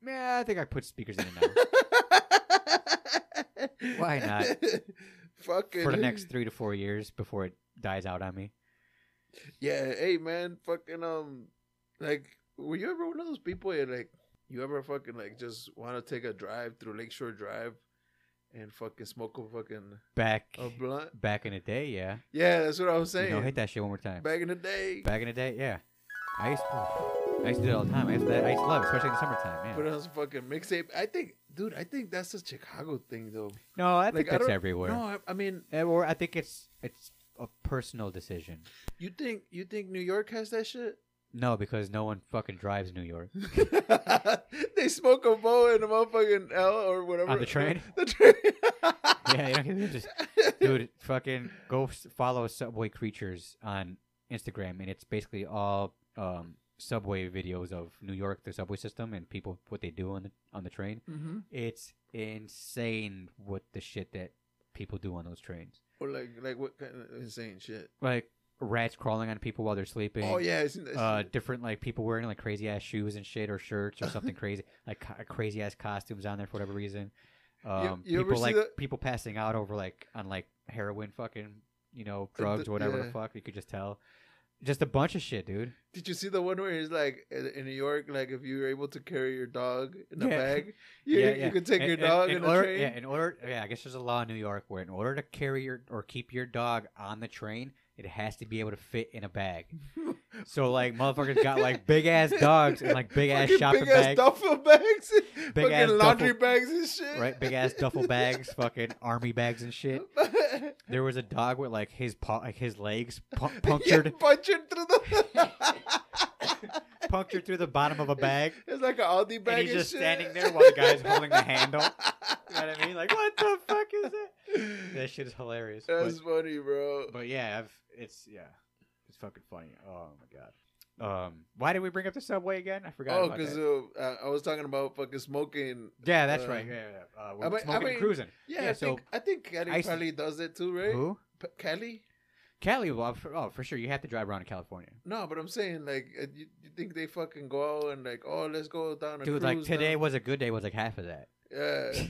Speaker 1: man, I think I put speakers in it now Why not?
Speaker 2: Fucking
Speaker 1: for the next three to four years before it dies out on me.
Speaker 2: Yeah, hey man, fucking um, like, were you ever one of those people that like, you ever fucking like just want to take a drive through Lakeshore Drive, and fucking smoke a fucking
Speaker 1: Back
Speaker 2: a blunt?
Speaker 1: back in the day, yeah.
Speaker 2: Yeah, that's what I was
Speaker 1: You
Speaker 2: saying.
Speaker 1: know, hit that shit one more time.
Speaker 2: Back in the day,
Speaker 1: Back in the day, yeah. I used I used to do it all the time. I used to, I used to love it, especially in the summertime. Yeah.
Speaker 2: put on some fucking mixtape. I think, dude, I think that's a Chicago thing though.
Speaker 1: no, I think
Speaker 2: I
Speaker 1: that's
Speaker 2: don't-
Speaker 1: everywhere.
Speaker 2: No, I, I mean,
Speaker 1: Eh, Or I think it's it's a personal decision.
Speaker 2: you think you think New York has that shit?
Speaker 1: No, because no one fucking drives New York.
Speaker 2: they smoke a bowl in a motherfucking L or whatever
Speaker 1: On the train?
Speaker 2: The train.
Speaker 1: yeah, you know, just, dude, fucking go s- follow Subway Creatures on Instagram, and it's basically all um, subway videos of New York, the subway system, and people what they do on the on the train.
Speaker 2: hmm
Speaker 1: It's insane what the shit that people do on those trains.
Speaker 2: Or like like what kind of insane shit?
Speaker 1: Like rats crawling on people while they're sleeping.
Speaker 2: Oh yeah, isn't that
Speaker 1: Uh, different like people wearing like crazy ass shoes and shit or shirts or something crazy like co- crazy ass costumes on there for whatever reason. Um,
Speaker 2: you ever
Speaker 1: people
Speaker 2: see
Speaker 1: like
Speaker 2: that-
Speaker 1: people passing out over like on like heroin, fucking you know drugs or whatever the
Speaker 2: yeah.
Speaker 1: fuck. You could just tell, just a bunch of shit, dude.
Speaker 2: Did you see the one where he's like in in New York, like if you were able to carry your dog in a
Speaker 1: Yeah.
Speaker 2: bag, you, you could take
Speaker 1: In-
Speaker 2: your
Speaker 1: in-
Speaker 2: dog
Speaker 1: in
Speaker 2: in, a
Speaker 1: order,
Speaker 2: train.
Speaker 1: Yeah, in order, yeah, I guess there's a law in New York where in order to carry your or keep your dog on the train, it has to be able to fit in a bag. So like motherfuckers got like big ass dogs and like big ass
Speaker 2: Fucking
Speaker 1: shopping
Speaker 2: big
Speaker 1: bags.
Speaker 2: ass duffel bags,
Speaker 1: Big
Speaker 2: fucking
Speaker 1: ass
Speaker 2: laundry
Speaker 1: duffel-
Speaker 2: bags and shit.
Speaker 1: right? Big ass duffel bags, fucking army bags and shit. There was a dog with like his paw, like his legs pu- punctured,
Speaker 2: Punctured. punctured through the.
Speaker 1: punctured through the bottom of a bag,
Speaker 2: it's like an Aldi bag.
Speaker 1: and he's just
Speaker 2: shit.
Speaker 1: standing there while the guy's holding the handle. You know what I mean? Like, what the fuck is that? That shit is hilarious. But,
Speaker 2: That's funny, bro.
Speaker 1: but yeah, I've, it's yeah, it's fucking funny. Oh my god. Um, why did we bring up the subway again? I forgot.
Speaker 2: Oh,
Speaker 1: about
Speaker 2: because
Speaker 1: that.
Speaker 2: uh, I was talking about fucking smoking.
Speaker 1: yeah, that's
Speaker 2: uh,
Speaker 1: right. Yeah, yeah, yeah. Uh, we're
Speaker 2: I mean- I
Speaker 1: smoking and
Speaker 2: mean-
Speaker 1: cruising.
Speaker 2: Yeah,
Speaker 1: Yeah,
Speaker 2: I
Speaker 1: so-
Speaker 2: think I think Kelly
Speaker 1: I s-
Speaker 2: probably does it too, right?
Speaker 1: Who?
Speaker 2: P- Kelly?
Speaker 1: Cali? Well, for, oh, for sure. You have to drive around in California.
Speaker 2: No, but I'm saying like uh, you, you think they fucking go out and like oh let's go down a
Speaker 1: Dude,
Speaker 2: cruise uh,
Speaker 1: like today
Speaker 2: down-
Speaker 1: was a good day. Was like half of that.
Speaker 2: Yeah,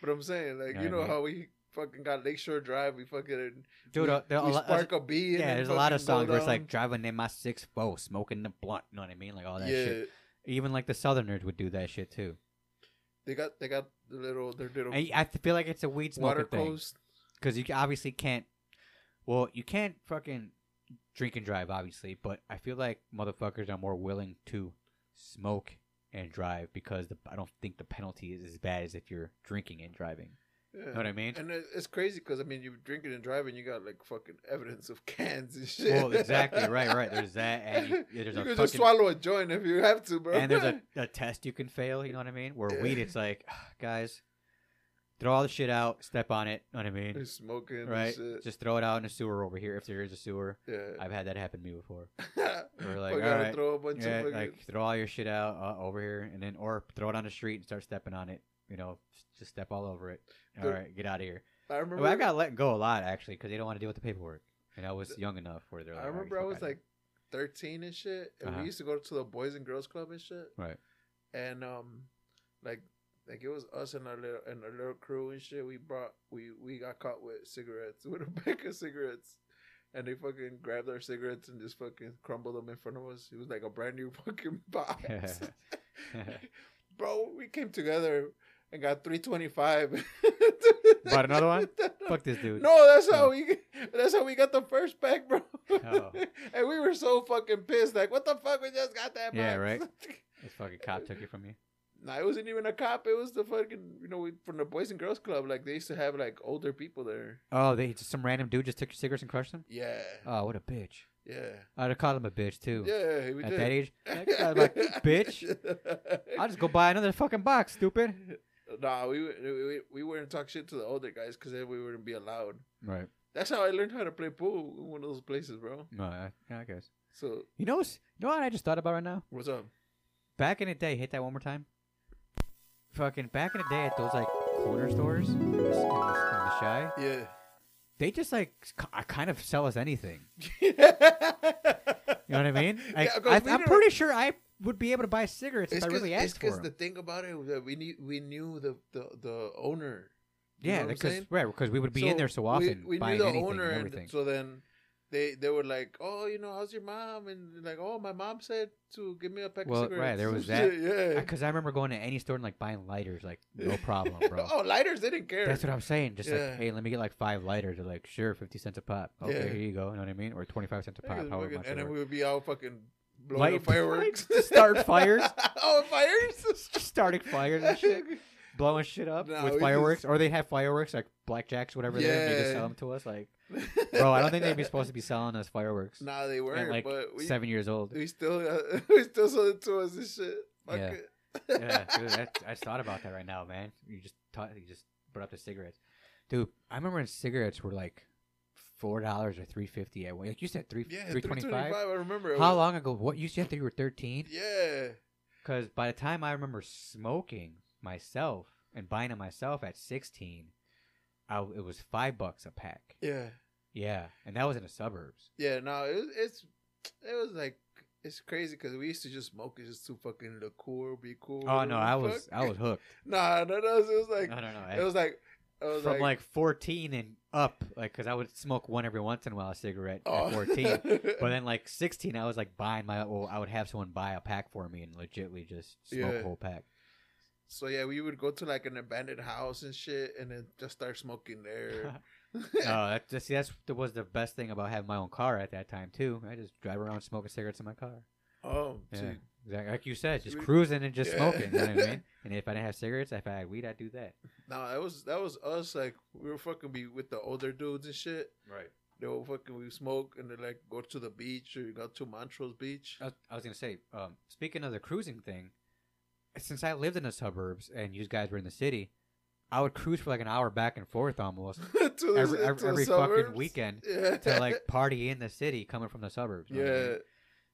Speaker 2: but I'm saying like
Speaker 1: Know
Speaker 2: you know
Speaker 1: what I mean?
Speaker 2: how we fucking got Lakeshore Drive, we fucking
Speaker 1: Dude,
Speaker 2: we,
Speaker 1: uh, there are a
Speaker 2: we
Speaker 1: lot-
Speaker 2: spark a bee. and
Speaker 1: Yeah,
Speaker 2: then
Speaker 1: there's a lot of
Speaker 2: fucking go
Speaker 1: songs where it's like
Speaker 2: down.
Speaker 1: driving in my six four, smoking the blunt. You know what I mean? Like all that
Speaker 2: yeah,
Speaker 1: shit. Even like the Southerners would do that shit too.
Speaker 2: they got they got the little their little
Speaker 1: I, I feel like it's a weed
Speaker 2: water
Speaker 1: smoking thing
Speaker 2: coast.
Speaker 1: because you obviously can't. Well, you can't fucking drink and drive, obviously, but I feel like motherfuckers are more willing to smoke and drive because the, I don't think the penalty is as bad as if you're drinking and driving.
Speaker 2: Yeah.
Speaker 1: Know what I mean?
Speaker 2: And it- it's crazy because I mean you drink it and drive and you got like fucking evidence of cans and shit.
Speaker 1: well, exactly right, right. There's that, and you, yeah, there's
Speaker 2: you
Speaker 1: a fucking
Speaker 2: can just swallow a joint if you have to, bro.
Speaker 1: and there's a, a test you can fail. You know what I mean? Where
Speaker 2: Yeah.
Speaker 1: weed, it's like, "Ah, guys, throw all the shit out, step on it. Know what I mean?
Speaker 2: They're smoking,
Speaker 1: Right?
Speaker 2: And shit.
Speaker 1: Just throw it out in a sewer over here if there is a sewer.
Speaker 2: yeah.
Speaker 1: I've had that happen to me before.
Speaker 2: We're
Speaker 1: like,
Speaker 2: gotta
Speaker 1: alright.
Speaker 2: throw a bunch
Speaker 1: Yeah,
Speaker 2: of fucking.
Speaker 1: like throw all your shit out uh, over here, and then or throw it on the street and start stepping on it. You know, just step all over it. All
Speaker 2: Dude.
Speaker 1: right, get out of here.
Speaker 2: I remember.
Speaker 1: Well, I got let go a lot actually because they don't want to deal with the paperwork, and I was young enough where they're like,
Speaker 2: I
Speaker 1: "All right,
Speaker 2: remember I
Speaker 1: fuck
Speaker 2: was
Speaker 1: outta
Speaker 2: like 13 and shit, and
Speaker 1: Uh-huh.
Speaker 2: we used to go to the Boys and Girls Club and shit.
Speaker 1: here." right,
Speaker 2: And um, like, like it was us and our little and our little crew and shit. We brought we we got caught with cigarettes with a pack of cigarettes. And they fucking grabbed our cigarettes and just fucking crumbled them in front of us. It was like a brand new fucking box. Bro, we came together and got 325.
Speaker 1: Bought another one? fuck this dude.
Speaker 2: No, that's how we that's how we got the first pack, bro.
Speaker 1: Oh.
Speaker 2: and we were so fucking pissed, like, what the fuck? We just got that.
Speaker 1: Yeah,
Speaker 2: box.
Speaker 1: right. This fucking cop took it from me.
Speaker 2: nah, it wasn't even a cop. It was the fucking you know we, from the Boys and Girls Club. Like they used to have like older people there.
Speaker 1: Oh, they just some random dude just took your cigarettes and crushed them.
Speaker 2: Yeah,
Speaker 1: Oh, what a bitch!
Speaker 2: yeah,
Speaker 1: I'd have called him a bitch too.
Speaker 2: yeah. We
Speaker 1: At
Speaker 2: did.
Speaker 1: that age, Like, I'm like, "You bitch, I'll just go buy another fucking box, stupid.
Speaker 2: Nah, we, we we wouldn't talk shit to the older guys because then we wouldn't be allowed.
Speaker 1: Right.
Speaker 2: That's how I learned how to play pool in one of those places, bro.
Speaker 1: No, I, I guess.
Speaker 2: So
Speaker 1: You know, what's- you know what I just thought about right now?
Speaker 2: what's up?
Speaker 1: Back in the day, hit that one more time. Fucking back in the day at those like corner stores in the, in the, in the shy,
Speaker 2: Yeah.
Speaker 1: they just like k- I kind of sell us anything. You know what I mean? Like,
Speaker 2: Yeah, 'cause
Speaker 1: I,
Speaker 2: we
Speaker 1: I'm
Speaker 2: didn't-
Speaker 1: pretty sure I would be able to buy cigarettes if I really
Speaker 2: it's
Speaker 1: asked for
Speaker 2: 'cause
Speaker 1: them.
Speaker 2: the thing about it was that we knew we knew the the, the owner. You
Speaker 1: yeah,
Speaker 2: know what I'm
Speaker 1: because
Speaker 2: saying?
Speaker 1: right, because we would be in
Speaker 2: So
Speaker 1: there so
Speaker 2: we-
Speaker 1: often
Speaker 2: We,
Speaker 1: buying
Speaker 2: knew the
Speaker 1: anything
Speaker 2: owner,
Speaker 1: and
Speaker 2: and
Speaker 1: everything.
Speaker 2: so then they they were like, "Oh, you know, how's your mom?" And like, "Oh, my mom said to give me a pack
Speaker 1: Well,
Speaker 2: of
Speaker 1: right,
Speaker 2: cigarettes."
Speaker 1: there was
Speaker 2: Yeah, yeah.
Speaker 1: Because Uh, I remember going to any store and like buying lighters, like no problem, bro.
Speaker 2: oh, lighters, they didn't care.
Speaker 1: That's what I'm saying. Just
Speaker 2: Yeah.
Speaker 1: like, hey, let me get like five lighters. They're like, sure, fifty cents a pop. Okay,
Speaker 2: Yeah.
Speaker 1: here you go. You know what I mean? Or twenty five cents a
Speaker 2: Niggas
Speaker 1: pop. However
Speaker 2: fucking-
Speaker 1: much.
Speaker 2: and
Speaker 1: they
Speaker 2: then
Speaker 1: were.
Speaker 2: we would be out fucking blowing
Speaker 1: Light-
Speaker 2: up fireworks,
Speaker 1: Start fires.
Speaker 2: oh, fires!
Speaker 1: Starting fires and shit, blowing shit up
Speaker 2: Nah, we
Speaker 1: with
Speaker 2: just-
Speaker 1: fireworks, or they have fireworks like blackjacks, whatever. Yeah. They just
Speaker 2: Yeah.
Speaker 1: sell them to us. Like, bro, I don't think they'd be supposed to be selling us fireworks.
Speaker 2: Nah, they
Speaker 1: at
Speaker 2: weren't.
Speaker 1: like
Speaker 2: but we,
Speaker 1: seven years old.
Speaker 2: we still uh, we still sold it to us and shit. Fuck
Speaker 1: Yeah.
Speaker 2: it.
Speaker 1: yeah, dude, that, I just thought about that right now, man. You just taught, you just brought up the cigarettes, dude. I remember when cigarettes were like four dollars or three fifty at one. Like you said, three
Speaker 2: Yeah,
Speaker 1: three twenty five.
Speaker 2: I remember. it
Speaker 1: How
Speaker 2: was-
Speaker 1: long ago? What you said that you were thirteen?
Speaker 2: Yeah.
Speaker 1: Because by the time I remember smoking myself and buying it myself at sixteen, I, it was five bucks a pack.
Speaker 2: Yeah.
Speaker 1: Yeah, and that was in the suburbs.
Speaker 2: Yeah. No, it was, it's it was like it's crazy because we used to just smoke it just to fucking look cool, be cool.
Speaker 1: Oh no,
Speaker 2: whatever the
Speaker 1: I was
Speaker 2: fuck.
Speaker 1: I was hooked.
Speaker 2: Nah, no, no, it was like
Speaker 1: No, no, no.
Speaker 2: it was like it was
Speaker 1: from like 14 and up, like because I would smoke one every once in a while, a cigarette
Speaker 2: oh.
Speaker 1: at 14. But then, like sixteen, I was like buying my. Well, I would have someone buy a pack for me and legitly just smoke
Speaker 2: Yeah.
Speaker 1: a whole pack.
Speaker 2: so yeah, we would go to like an abandoned house and shit, and then just start smoking there.
Speaker 1: Oh, that, that- see, that's that was the best thing about having my own car at that time too. I just drive around smoking cigarettes in my car.
Speaker 2: oh,
Speaker 1: Yeah,
Speaker 2: see,
Speaker 1: Exact- like you said, just
Speaker 2: we-
Speaker 1: cruising and just
Speaker 2: Yeah.
Speaker 1: smoking. You know what I mean? And if I didn't have cigarettes, if I had weed, I'd do that.
Speaker 2: No, that was that was us. Like we were fucking be with the older dudes and shit.
Speaker 1: Right.
Speaker 2: They were fucking we smoke and they like go to the beach or go to Montrose Beach.
Speaker 1: I was, I was gonna say, um, speaking of the cruising thing, since I lived in the suburbs and you guys were in the city, I would cruise for like an hour back and forth almost
Speaker 2: to the,
Speaker 1: every
Speaker 2: to
Speaker 1: every,
Speaker 2: the
Speaker 1: every fucking
Speaker 2: suburbs.
Speaker 1: weekend
Speaker 2: Yeah.
Speaker 1: to like party in the city coming from the suburbs. you know what I mean?
Speaker 2: yeah.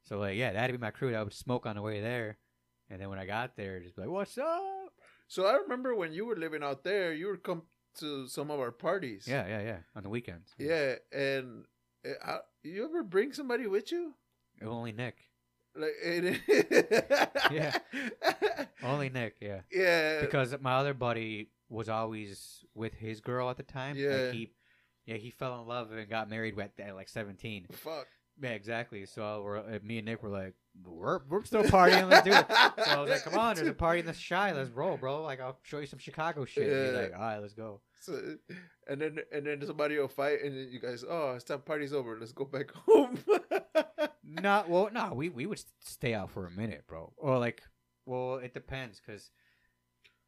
Speaker 1: So like, yeah, that'd be my crew. I would smoke on the way there, and then when I got there, just be like, "What's up?"
Speaker 2: So I remember when you were living out there, you would come to some of our parties.
Speaker 1: Yeah, yeah, yeah. On the weekends.
Speaker 2: Yeah, and uh, I, you ever bring somebody with you?
Speaker 1: Only Nick.
Speaker 2: Like it,
Speaker 1: Yeah. Only Nick. Yeah.
Speaker 2: yeah.
Speaker 1: Because my other buddy was always with his girl at the time. Like,
Speaker 2: Yeah.
Speaker 1: he, yeah, he fell in love and got married at, at like seventeen.
Speaker 2: fuck.
Speaker 1: Yeah, exactly. So we're, uh, me and Nick were like, "We're we're still partying. Let's do it." So I was like, "Come on, there's a party in the shy. Let's roll, bro. Like I'll show you some Chicago shit." And he's
Speaker 2: Yeah.
Speaker 1: like, "All right, let's go."
Speaker 2: So, and then and then somebody will fight, and then you guys, oh, it's time party's over. Let's go back home.
Speaker 1: Not well. No, we we would st- stay out for a minute, bro. Or like, well, it depends, cause,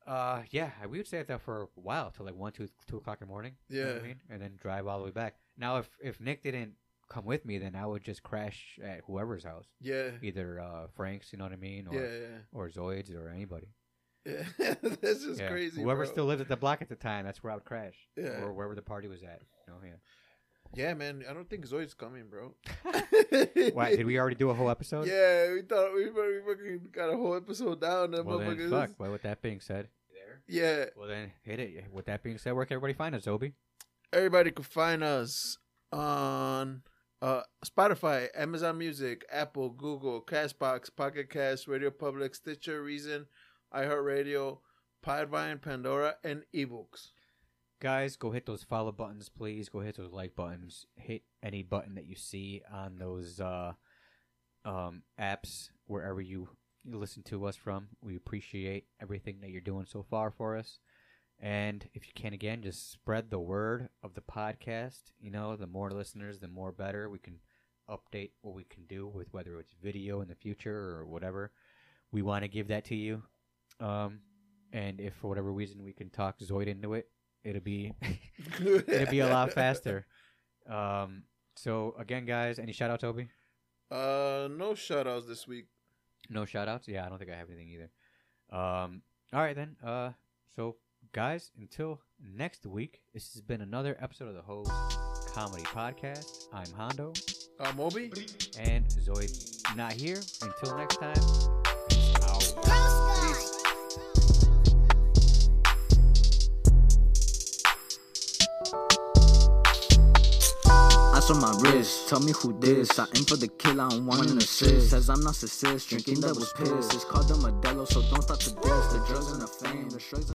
Speaker 1: uh, yeah, we would stay out there for a while till like one, two, two o'clock in the morning. you know what
Speaker 2: Yeah.
Speaker 1: I mean, and then drive all the way back. Now, if if Nick didn't come with me, then I would just crash at whoever's house,
Speaker 2: yeah,
Speaker 1: either uh Frank's, you know what I mean, or
Speaker 2: yeah,
Speaker 1: or Zoids or anybody.
Speaker 2: yeah. That's just
Speaker 1: Yeah.
Speaker 2: crazy.
Speaker 1: Whoever
Speaker 2: bro.
Speaker 1: still lived at the block at the time, that's where I would crash,
Speaker 2: Yeah.
Speaker 1: or wherever the party was at. You know, yeah.
Speaker 2: yeah, man. I don't think Zoe's coming, bro.
Speaker 1: Why did we already do a whole episode?
Speaker 2: Yeah, we thought we, we fucking got a whole episode down. That
Speaker 1: Well then,
Speaker 2: motherfuckers.
Speaker 1: fuck. Well, with that being said, there.
Speaker 2: Yeah,
Speaker 1: Well then, hit it. With that being said, where can everybody find us, Obi?
Speaker 2: everybody can find us on uh, Spotify, Amazon Music, Apple, Google, Castbox, Pocket Cast, Radio Public, Stitcher, Reason, iHeartRadio, Podvine, Pandora, and eBooks.
Speaker 1: Guys, go hit those follow buttons, please. Go hit those like buttons. Hit any button that you see on those uh, um, apps, wherever you listen to us from. We appreciate everything that you're doing so far for us. And if you can, again, just spread the word of the podcast. You know, the more listeners, the more better. We can update what we can do with whether it's video in the future or whatever. We want to give that to you. Um, and if for whatever reason we can talk Zoid into it, it'll be it'll be a lot faster. Um, so again, guys, any shout outs, Obi?
Speaker 2: Uh, no shout outs this week.
Speaker 1: No shout outs? Yeah, I don't think I have anything either. Um, all right then. Uh, so guys, until next week, this has been another episode of the Hose Comedy Podcast. I'm Hondo,
Speaker 2: Uh, Moby?
Speaker 1: and Zoe not here. Until next time, peace out.
Speaker 4: Eyes on my wrist, tell me who this. I aim for the kill, I don't want an assist. Says I'm narcissist, drinking devil's piss. It's called the Modelo, so don't talk to this. The drugs and the fame, the shrugs. and-